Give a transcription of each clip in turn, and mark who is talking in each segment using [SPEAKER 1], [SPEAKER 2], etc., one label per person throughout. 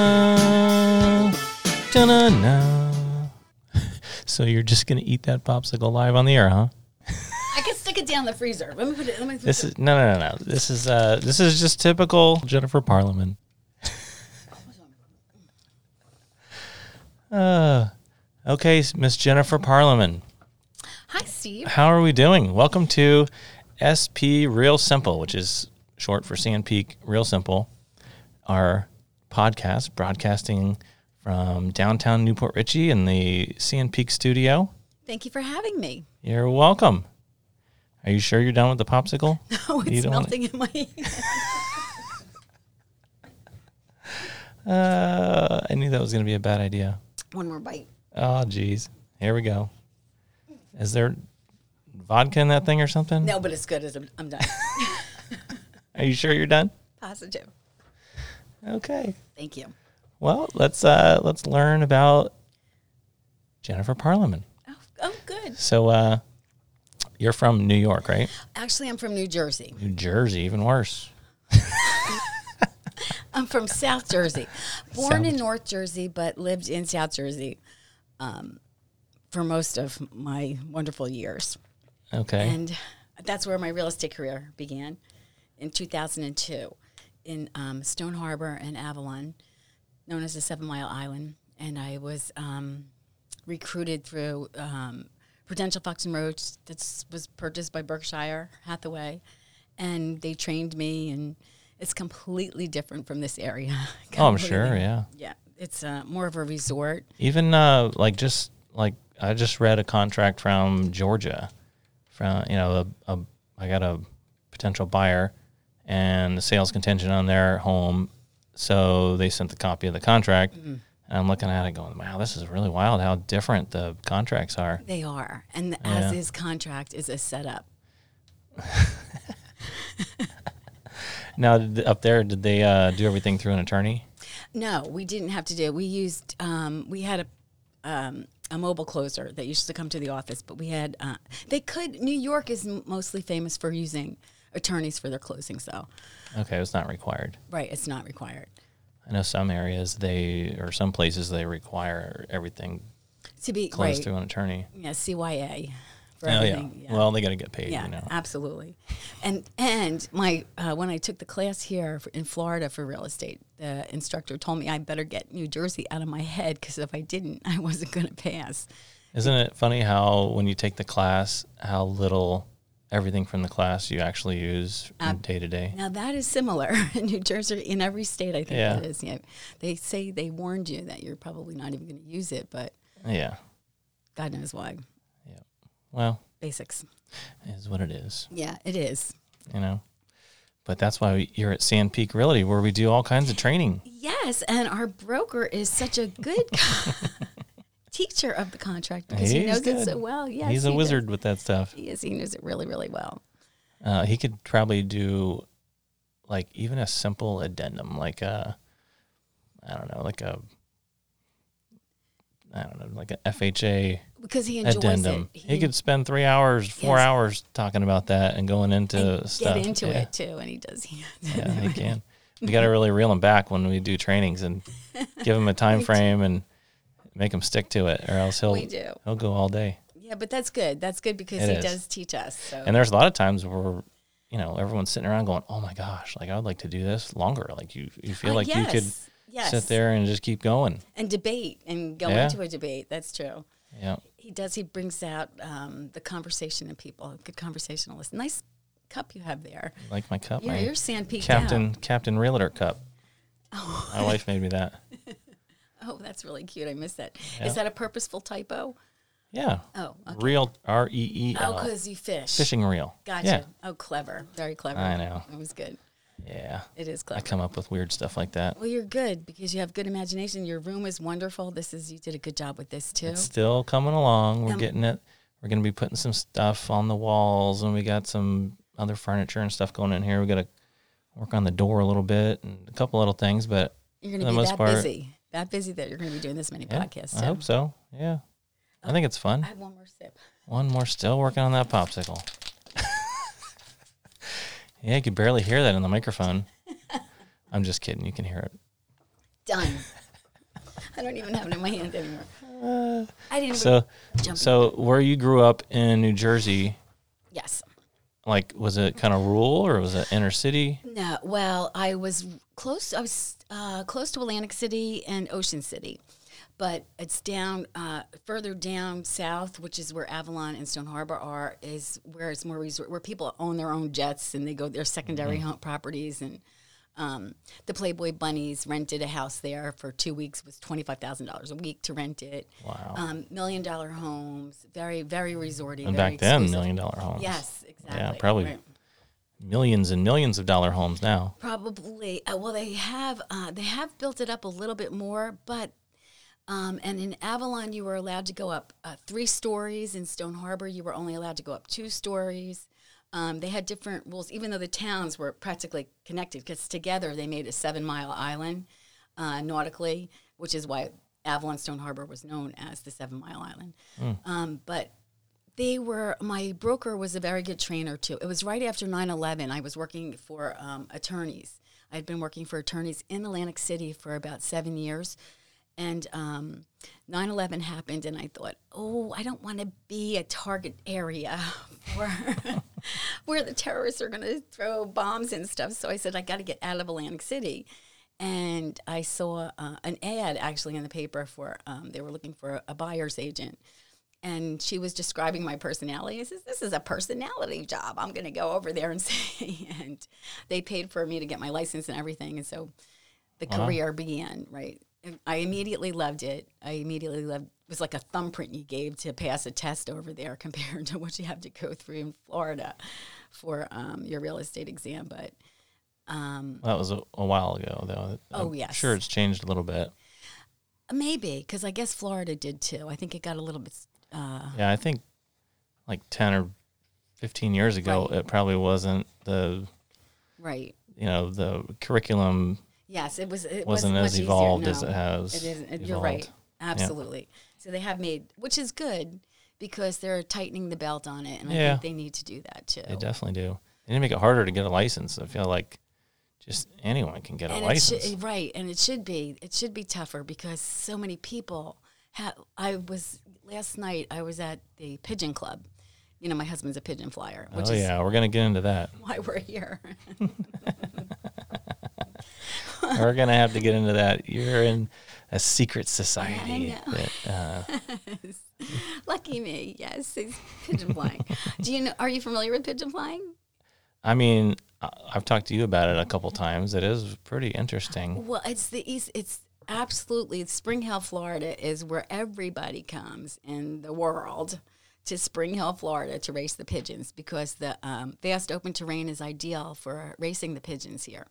[SPEAKER 1] Da-na-na. Da-na-na. So you're just gonna eat that popsicle live on the air, huh?
[SPEAKER 2] I can stick it down the freezer. Let me put it. Let me put
[SPEAKER 1] This
[SPEAKER 2] it.
[SPEAKER 1] is no, no, no, no. This is uh, this is just typical Jennifer Parliament. uh, okay, s- Miss Jennifer Parliament,
[SPEAKER 2] Hi, Steve.
[SPEAKER 1] how are we doing? Welcome to SP Real Simple, which is short for Sand Peak Real Simple, our podcast broadcasting from downtown Newport Richey in the Sand Peak studio.
[SPEAKER 2] Thank you for having me.
[SPEAKER 1] You're welcome. Are you sure you're done with the popsicle?
[SPEAKER 2] Oh,
[SPEAKER 1] You
[SPEAKER 2] it's
[SPEAKER 1] don't-
[SPEAKER 2] melting in my. hand.
[SPEAKER 1] Uh, I knew that was going to be a bad idea.
[SPEAKER 2] One more bite.
[SPEAKER 1] Oh, geez. Here we go. Is there vodka in that thing or something?
[SPEAKER 2] No, but it's good. As I'm, I'm done.
[SPEAKER 1] Are you sure you're done?
[SPEAKER 2] Positive.
[SPEAKER 1] Okay.
[SPEAKER 2] Thank you.
[SPEAKER 1] Well, let's uh, let's learn about Jennifer Parliament.
[SPEAKER 2] Oh, oh, good.
[SPEAKER 1] So uh, you're from New York, right?
[SPEAKER 2] Actually, I'm from New Jersey.
[SPEAKER 1] New Jersey, even worse.
[SPEAKER 2] I'm from South Jersey. Born in
[SPEAKER 1] South-
[SPEAKER 2] North Jersey, but lived in South Jersey um, for most of my wonderful years.
[SPEAKER 1] Okay.
[SPEAKER 2] And that's where my real estate career began in 2002 in um, Stone Harbor and Avalon, known as the Seven Mile Island. And I was um, recruited through um, Prudential Fox and Roach that was purchased by Berkshire Hathaway. And they trained me, and it's completely different from this area.
[SPEAKER 1] oh, I'm sure.
[SPEAKER 2] Completely.
[SPEAKER 1] Yeah.
[SPEAKER 2] Yeah, it's uh, more of a resort.
[SPEAKER 1] Even uh, like just like I just read a contract from Georgia, from you know a, a I got a potential buyer, and the sales contingent on their home, so they sent the copy of the contract, and I'm looking at it going, wow, this is really wild how different the contracts are.
[SPEAKER 2] They are. And the as
[SPEAKER 1] Yeah.
[SPEAKER 2] is contract is a setup.
[SPEAKER 1] Now th- up there, did they uh, do everything through an attorney?
[SPEAKER 2] No, we didn't have to do. it. We used um, we had a um, a mobile closer that used to come to the office, but we had uh, they could. New York is m- mostly famous for using attorneys for their closings, though.
[SPEAKER 1] Okay, it's not required.
[SPEAKER 2] Right, it's not required.
[SPEAKER 1] I know some areas they or some places they require everything
[SPEAKER 2] To be
[SPEAKER 1] closed
[SPEAKER 2] right,
[SPEAKER 1] through an attorney.
[SPEAKER 2] yeah, CYA for
[SPEAKER 1] Oh yeah.
[SPEAKER 2] everything.
[SPEAKER 1] Well, they got to get paid,
[SPEAKER 2] Yeah,
[SPEAKER 1] you know.
[SPEAKER 2] absolutely. And and my uh, when I took the class here f- in Florida for real estate, the instructor told me I better get New Jersey out of my head because if I didn't, I wasn't going to pass.
[SPEAKER 1] Isn't it funny how when you take the class, how little everything from the class you actually use from day to day?
[SPEAKER 2] Now that is similar in New Jersey, in every state, I think
[SPEAKER 1] Yeah.
[SPEAKER 2] it is. Yeah, they say they warned you that you're probably not even going to use it, but
[SPEAKER 1] Yeah.
[SPEAKER 2] God knows why.
[SPEAKER 1] Well,
[SPEAKER 2] Basics.
[SPEAKER 1] it is what it is,
[SPEAKER 2] Yeah, it is.
[SPEAKER 1] you know. But that's why we- you're at Sand Peak Realty, where we do all kinds of training.
[SPEAKER 2] Yes, and our broker is such a good co- teacher of the contract because he
[SPEAKER 1] He's
[SPEAKER 2] knows it
[SPEAKER 1] good.
[SPEAKER 2] so well. Yes,
[SPEAKER 1] He's
[SPEAKER 2] he
[SPEAKER 1] a
[SPEAKER 2] does.
[SPEAKER 1] wizard with that stuff.
[SPEAKER 2] He is. He knows it really, really well.
[SPEAKER 1] Uh, he could probably do like even a simple addendum, like a, I don't know, like a, I don't know, like a FHA
[SPEAKER 2] Because he enjoys
[SPEAKER 1] addendum.
[SPEAKER 2] it.
[SPEAKER 1] He could spend three hours, four
[SPEAKER 2] Yes.
[SPEAKER 1] hours talking about that and going into
[SPEAKER 2] and
[SPEAKER 1] stuff.
[SPEAKER 2] get into
[SPEAKER 1] Yeah,
[SPEAKER 2] it too, and he does.
[SPEAKER 1] Yeah, he can. We got to really reel him back when we do trainings and give him a time frame and make him stick to it, or else he'll
[SPEAKER 2] We do.
[SPEAKER 1] he'll go all day.
[SPEAKER 2] Yeah, but that's good. That's good because
[SPEAKER 1] It
[SPEAKER 2] he
[SPEAKER 1] is.
[SPEAKER 2] does teach us. So
[SPEAKER 1] And there's a lot of times where you know everyone's sitting around going, "Oh my gosh, like I would like to do this longer." Like you, you feel
[SPEAKER 2] Uh,
[SPEAKER 1] like you could
[SPEAKER 2] yes, yes.
[SPEAKER 1] sit there and just keep going.
[SPEAKER 2] and debate and go
[SPEAKER 1] Yeah.
[SPEAKER 2] into a debate. That's true.
[SPEAKER 1] Yeah,
[SPEAKER 2] He does. He brings out um, the conversation in people. Good conversationalist. Nice cup you have there.
[SPEAKER 1] like my cup,
[SPEAKER 2] You're,
[SPEAKER 1] my
[SPEAKER 2] you're sand peaked
[SPEAKER 1] Captain
[SPEAKER 2] out.
[SPEAKER 1] Captain Realtor cup. My wife made me that.
[SPEAKER 2] Oh, that's really cute. I missed that. Is
[SPEAKER 1] Yeah.
[SPEAKER 2] that a purposeful typo?
[SPEAKER 1] Yeah.
[SPEAKER 2] Oh, okay.
[SPEAKER 1] Real R E E
[SPEAKER 2] oh,
[SPEAKER 1] L
[SPEAKER 2] because you fish.
[SPEAKER 1] fishing reel.
[SPEAKER 2] Gotcha.
[SPEAKER 1] Yeah.
[SPEAKER 2] Oh, clever. Very clever.
[SPEAKER 1] I know.
[SPEAKER 2] That was good.
[SPEAKER 1] Yeah.
[SPEAKER 2] It is
[SPEAKER 1] I
[SPEAKER 2] clever.
[SPEAKER 1] come up with weird stuff like that.
[SPEAKER 2] Well, you're good because you have good imagination. Your room is wonderful. This is you did a good job with this too.
[SPEAKER 1] Still coming along. We're
[SPEAKER 2] Um,
[SPEAKER 1] getting it. We're gonna be putting some stuff on the walls, and we got some other furniture and stuff going in here. We gotta work on the door a little bit and a couple little things, but
[SPEAKER 2] You're going
[SPEAKER 1] for the
[SPEAKER 2] to be
[SPEAKER 1] most
[SPEAKER 2] that
[SPEAKER 1] part-
[SPEAKER 2] busy. That busy that you're going to be doing this many
[SPEAKER 1] yeah,
[SPEAKER 2] podcasts.
[SPEAKER 1] I
[SPEAKER 2] too.
[SPEAKER 1] hope so. Yeah, I think it's fun.
[SPEAKER 2] I have one more sip.
[SPEAKER 1] One more, still working on that popsicle. yeah, you could barely hear that in the microphone. I'm just kidding. You can hear it.
[SPEAKER 2] done. I don't even have it in my hand anymore. I didn't.
[SPEAKER 1] So,
[SPEAKER 2] Jumping.
[SPEAKER 1] so where you grew up in New Jersey,
[SPEAKER 2] yes.
[SPEAKER 1] like was it kind of rural or was it inner city?
[SPEAKER 2] No. Well, I was close. I was uh, close to Atlantic City and Ocean City, but it's down uh, further down south, which is where Avalon and Stone Harbor are. Is where it's more resort, where people own their own jets and they go their secondary
[SPEAKER 1] Mm-hmm.
[SPEAKER 2] home properties and. Um, the Playboy Bunnies rented a house there for two weeks. It was twenty five thousand dollars a week to rent it.
[SPEAKER 1] Wow.
[SPEAKER 2] Um, million dollar homes, very very resorty.
[SPEAKER 1] and
[SPEAKER 2] very
[SPEAKER 1] back then,
[SPEAKER 2] exclusive.
[SPEAKER 1] million dollar homes.
[SPEAKER 2] Yes, exactly.
[SPEAKER 1] probably
[SPEAKER 2] Right.
[SPEAKER 1] Millions and millions of dollar homes now.
[SPEAKER 2] Probably. Uh, well, they have uh, they have built it up a little bit more, but um, and in Avalon you were allowed to go up uh, three stories. In Stone Harbor you were only allowed to go up two stories. Um, they had different rules, even though the towns were practically connected because together they made a seven mile island uh, nautically, which is why Avalon Stone Harbor was known as the Seven Mile Island. Um, but they were my broker was a very good trainer too it was right after 9-11 i was working for um, attorneys i had been working for attorneys in atlantic city for about seven years and um, 9-11 happened and i thought oh i don't want to be a target area for where the terrorists are going to throw bombs and stuff so i said i got to get out of atlantic city and I saw uh, an ad actually in the paper for um, they were looking for a buyer's agent, and she was describing my personality. I says, "This is a personality job. I'm going to go over there and see." And they paid for me to get my license and everything, and so the
[SPEAKER 1] Uh-huh.
[SPEAKER 2] career began. Right, And I immediately loved it. I immediately loved. It was like a thumbprint you gave to pass a test over there compared to what you have to go through in Florida for um, your real estate exam. But
[SPEAKER 1] That was a, a while ago, though.
[SPEAKER 2] Oh,
[SPEAKER 1] I'm
[SPEAKER 2] yes.
[SPEAKER 1] Sure, it's changed a little bit.
[SPEAKER 2] Maybe because I guess Florida did too. I think it got a little bit. Uh,
[SPEAKER 1] Yeah, I think like 10 or 15 years ago, it probably wasn't the,
[SPEAKER 2] right.
[SPEAKER 1] you know, the curriculum
[SPEAKER 2] Yes, it was. It
[SPEAKER 1] wasn't
[SPEAKER 2] wasn't
[SPEAKER 1] as
[SPEAKER 2] much
[SPEAKER 1] evolved
[SPEAKER 2] easier.
[SPEAKER 1] as
[SPEAKER 2] no.
[SPEAKER 1] it has.
[SPEAKER 2] It isn't. It- You're
[SPEAKER 1] evolved.
[SPEAKER 2] right. Absolutely. So they have made, which is good because they're tightening the belt on it, and I
[SPEAKER 1] Yeah.
[SPEAKER 2] think they need to do that too.
[SPEAKER 1] They definitely do. They need to make it harder to get a license. I feel like just anyone can get a
[SPEAKER 2] and it should-
[SPEAKER 1] license.
[SPEAKER 2] right, and it should be. It should be tougher because so many people. Ha- I was last night. I was at the Pigeon Club. You know, my husband's a pigeon flyer, which
[SPEAKER 1] oh
[SPEAKER 2] is
[SPEAKER 1] yeah, we're gonna get into that.
[SPEAKER 2] why we're here.
[SPEAKER 1] we're gonna have to get into that. You're in a secret society.
[SPEAKER 2] know.
[SPEAKER 1] that, uh,
[SPEAKER 2] Lucky me, yes, it's pigeon flying. Do you know? Are you familiar with pigeon flying?
[SPEAKER 1] I mean, I- I've talked to you about it a couple times. It is pretty interesting.
[SPEAKER 2] Well, it's the east. It's absolutely Spring Hill, Florida, is where everybody comes in the world to Spring Hill, Florida, to race the pigeons because the um, vast open terrain is ideal for racing the pigeons here.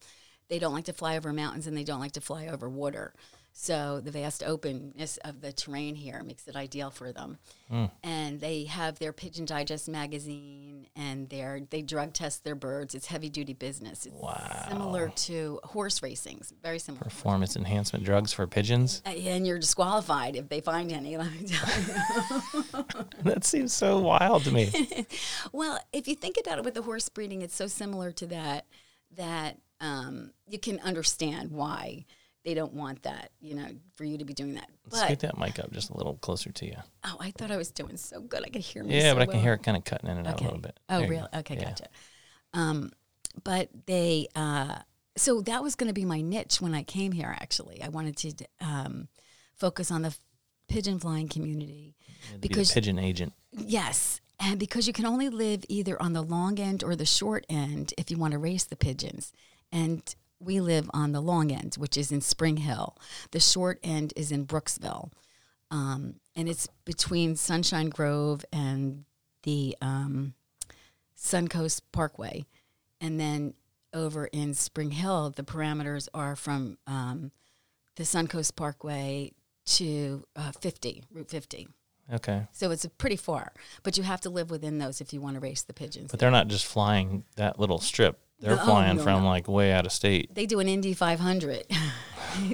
[SPEAKER 2] They don't like to fly over mountains and they don't like to fly over water. So the vast openness of the terrain here makes it ideal for them.
[SPEAKER 1] Mm.
[SPEAKER 2] And they have their Pigeon Digest magazine and their they drug test their birds. It's heavy duty business. It's similar to horse racing, very similar.
[SPEAKER 1] Performance enhancement drugs for pigeons.
[SPEAKER 2] Uh, And you're disqualified if they find any. Let me tell you.
[SPEAKER 1] That seems so wild to me.
[SPEAKER 2] Well, if you think about it with the horse breeding, it's so similar to that that um, you can understand why they don't want that, you know, for you to be doing that.
[SPEAKER 1] Let's get
[SPEAKER 2] But
[SPEAKER 1] that mic up just a little closer to you.
[SPEAKER 2] oh, I thought I was doing so good. I could hear me.
[SPEAKER 1] Yeah,
[SPEAKER 2] so
[SPEAKER 1] but I can
[SPEAKER 2] well.
[SPEAKER 1] hear it kind of cutting in and out a little bit.
[SPEAKER 2] Oh,
[SPEAKER 1] There you
[SPEAKER 2] really?
[SPEAKER 1] go.
[SPEAKER 2] Okay,
[SPEAKER 1] Yeah.
[SPEAKER 2] gotcha. Um, but they, uh, so that was going to be my niche when I came here. Actually, I wanted to um, focus on the pigeon flying community
[SPEAKER 1] You had to be
[SPEAKER 2] because
[SPEAKER 1] the pigeon agent.
[SPEAKER 2] Yes. And because you can only live either on the long end or the short end if you want to race the pigeons. And we live on the long end, which is in Spring Hill. The short end is in Brooksville. Um, and it's between Sunshine Grove and the um, Suncoast Parkway. And then over in Spring Hill, the parameters are from um, the Suncoast Parkway to uh, 50, Route 50.
[SPEAKER 1] Okay,
[SPEAKER 2] So it's pretty far, but you have to live within those if you want to race the pigeons.
[SPEAKER 1] but they're not just flying that little strip. They're
[SPEAKER 2] No,
[SPEAKER 1] flying
[SPEAKER 2] no,
[SPEAKER 1] from
[SPEAKER 2] no.
[SPEAKER 1] like way out of state.
[SPEAKER 2] They do an Indy 500.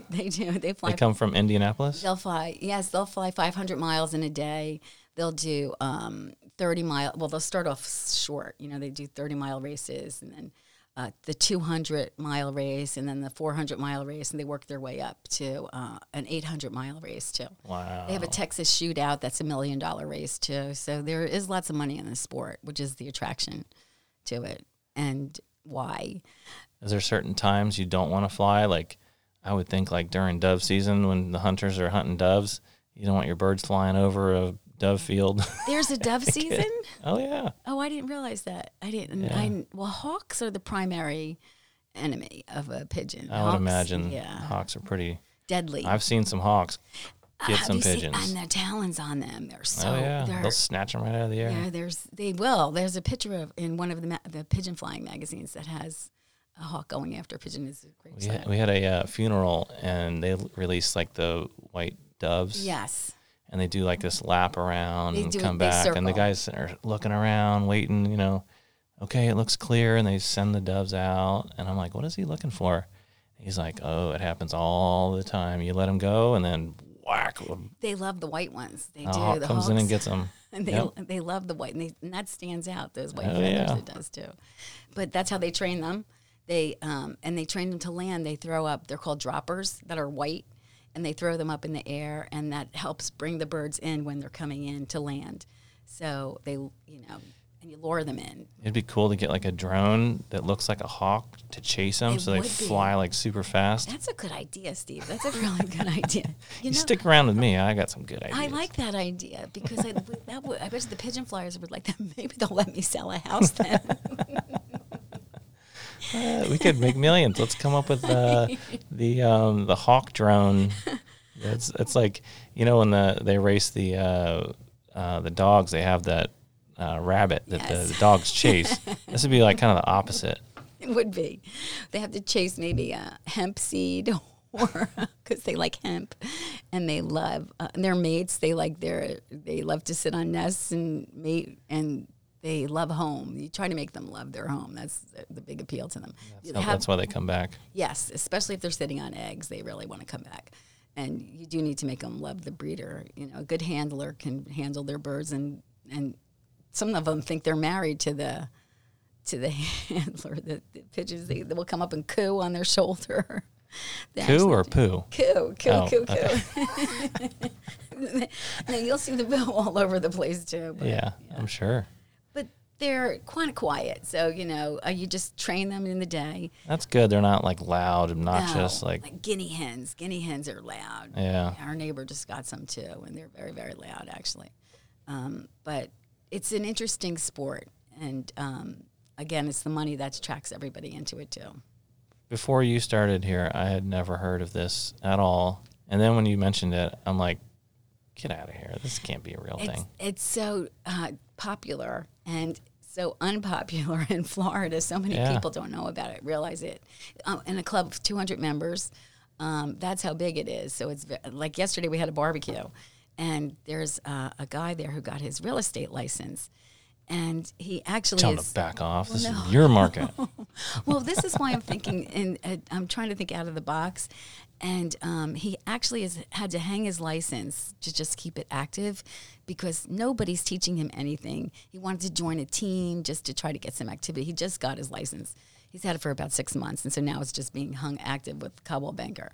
[SPEAKER 2] they do. They fly.
[SPEAKER 1] They come from Indianapolis.
[SPEAKER 2] They'll fly. Yes, they'll fly 500 miles in a day. They'll do um, 30 mile. Well, they'll start off short. You know, they do 30 mile races and then uh, the 200 mile race and then the 400 mile race, and they work their way up to uh, an 800 mile race too.
[SPEAKER 1] Wow.
[SPEAKER 2] They have a Texas shootout that's a million dollar race too. So there is lots of money in the sport, which is the attraction to it and why.
[SPEAKER 1] Is there certain times you don't want to fly? Like, I would think like during dove season when the hunters are hunting doves, you don't want your birds flying over a dove field.
[SPEAKER 2] There's a dove season.
[SPEAKER 1] oh yeah.
[SPEAKER 2] Oh, I didn't realize that. I didn't.
[SPEAKER 1] Yeah.
[SPEAKER 2] I well, hawks are the primary enemy of a pigeon.
[SPEAKER 1] I would
[SPEAKER 2] Hawks,
[SPEAKER 1] imagine
[SPEAKER 2] Yeah,
[SPEAKER 1] hawks are pretty.
[SPEAKER 2] deadly.
[SPEAKER 1] I've seen some hawks get
[SPEAKER 2] Have
[SPEAKER 1] some
[SPEAKER 2] Ah, you seen-
[SPEAKER 1] pigeons.
[SPEAKER 2] and their talons on them. They're so.
[SPEAKER 1] oh yeah,
[SPEAKER 2] They're,
[SPEAKER 1] they'll snatch them right out of the air.
[SPEAKER 2] yeah, there's they will. There's a picture of in one of the ma- the pigeon flying magazines that has a hawk going after a pigeon. Is a great
[SPEAKER 1] We had,
[SPEAKER 2] sight.
[SPEAKER 1] we had a uh, funeral and they l- released like the white doves.
[SPEAKER 2] Yes.
[SPEAKER 1] And they do like this lap around
[SPEAKER 2] They
[SPEAKER 1] and
[SPEAKER 2] do a
[SPEAKER 1] come
[SPEAKER 2] big
[SPEAKER 1] back. And the
[SPEAKER 2] circle.
[SPEAKER 1] guys are looking around, waiting, you know, okay, it looks clear. And they send the doves out. And I'm like, what is he looking for? He's like, oh, it happens all the time. You let him go and then whack, a
[SPEAKER 2] They love the white ones. They do.
[SPEAKER 1] hawk
[SPEAKER 2] the
[SPEAKER 1] comes in and
[SPEAKER 2] hawks.
[SPEAKER 1] gets him.
[SPEAKER 2] and they
[SPEAKER 1] Yep.
[SPEAKER 2] they love the white, and, they, and that stands out. Those white
[SPEAKER 1] Oh,
[SPEAKER 2] feathers
[SPEAKER 1] yeah.
[SPEAKER 2] it does too, but that's how they train them. They um, and they train them to land. They throw up. They're called droppers that are white, and they throw them up in the air, and that helps bring the birds in when they're coming in to land. So they you know and you lure them in.
[SPEAKER 1] It'd be cool to get like a drone that looks like a hawk to chase them
[SPEAKER 2] It
[SPEAKER 1] so they
[SPEAKER 2] would be.
[SPEAKER 1] fly like super fast.
[SPEAKER 2] That's a good idea, Steve. That's a really good idea. You
[SPEAKER 1] You
[SPEAKER 2] know,
[SPEAKER 1] stick around with me. I got some good ideas.
[SPEAKER 2] I like that idea because I, that would, I bet you the pigeon flyers would like that. Maybe they'll let me sell a house then.
[SPEAKER 1] Uh, we could make millions. Let's come up with uh, the um, the hawk drone. It's it's like you know when the they race the uh, uh, the dogs, they have that uh, rabbit that
[SPEAKER 2] Yes.
[SPEAKER 1] the, the dogs chase. this would be like kind of the opposite.
[SPEAKER 2] It would be. They have to chase maybe a hemp seed or because they like hemp and they love uh, their mates. They like their they love to sit on nests and mate and they love home. You try to make them love their home. That's the- the big appeal to them. You
[SPEAKER 1] So Oh,
[SPEAKER 2] have-
[SPEAKER 1] that's why they come back.
[SPEAKER 2] yes, especially if they're sitting on eggs, they really want to come back. And you do need to make them love the breeder. You know, a good handler can handle their birds, and and some of them think they're married to the to the handler. The, the pigeons they, they will come up and coo on their shoulder. They
[SPEAKER 1] Coo
[SPEAKER 2] actually-
[SPEAKER 1] or poo?
[SPEAKER 2] Coo, coo,
[SPEAKER 1] Oh,
[SPEAKER 2] coo, coo. now you'll see the bill all over the place too. But
[SPEAKER 1] Yeah, I'm sure.
[SPEAKER 2] but they're quite quiet, so you know uh, you just train them in the day.
[SPEAKER 1] That's good. They're not like loud, obnoxious.
[SPEAKER 2] No,
[SPEAKER 1] Like
[SPEAKER 2] guinea hens. Guinea hens are loud.
[SPEAKER 1] yeah,
[SPEAKER 2] Our neighbor just got some too, and they're very, very loud actually. Um, but it's an interesting sport, and um, again, it's the money that attracts everybody into it too.
[SPEAKER 1] before you started here, I had never heard of this at all. And then when you mentioned it, I'm like, get out of here. This can't be a real
[SPEAKER 2] It's
[SPEAKER 1] thing.
[SPEAKER 2] it's so uh, popular and so unpopular in Florida. So many
[SPEAKER 1] Yeah.
[SPEAKER 2] people don't know about it, realize it. Um, in a club of 200 members, um, that's how big it is. So it's ve- like yesterday we had a barbecue, and there's uh, a guy there who got his real estate license, and he actually
[SPEAKER 1] Tell
[SPEAKER 2] is
[SPEAKER 1] them to back off. This is your market.
[SPEAKER 2] well, this is why I'm thinking, and uh, I'm trying to think out of the box. And um, he actually has had to hang his license to just keep it active because nobody's teaching him anything. He wanted to join a team just to try to get some activity. He just got his license. He's had it for about six months, and so now it's just being hung active with Cobble Banker.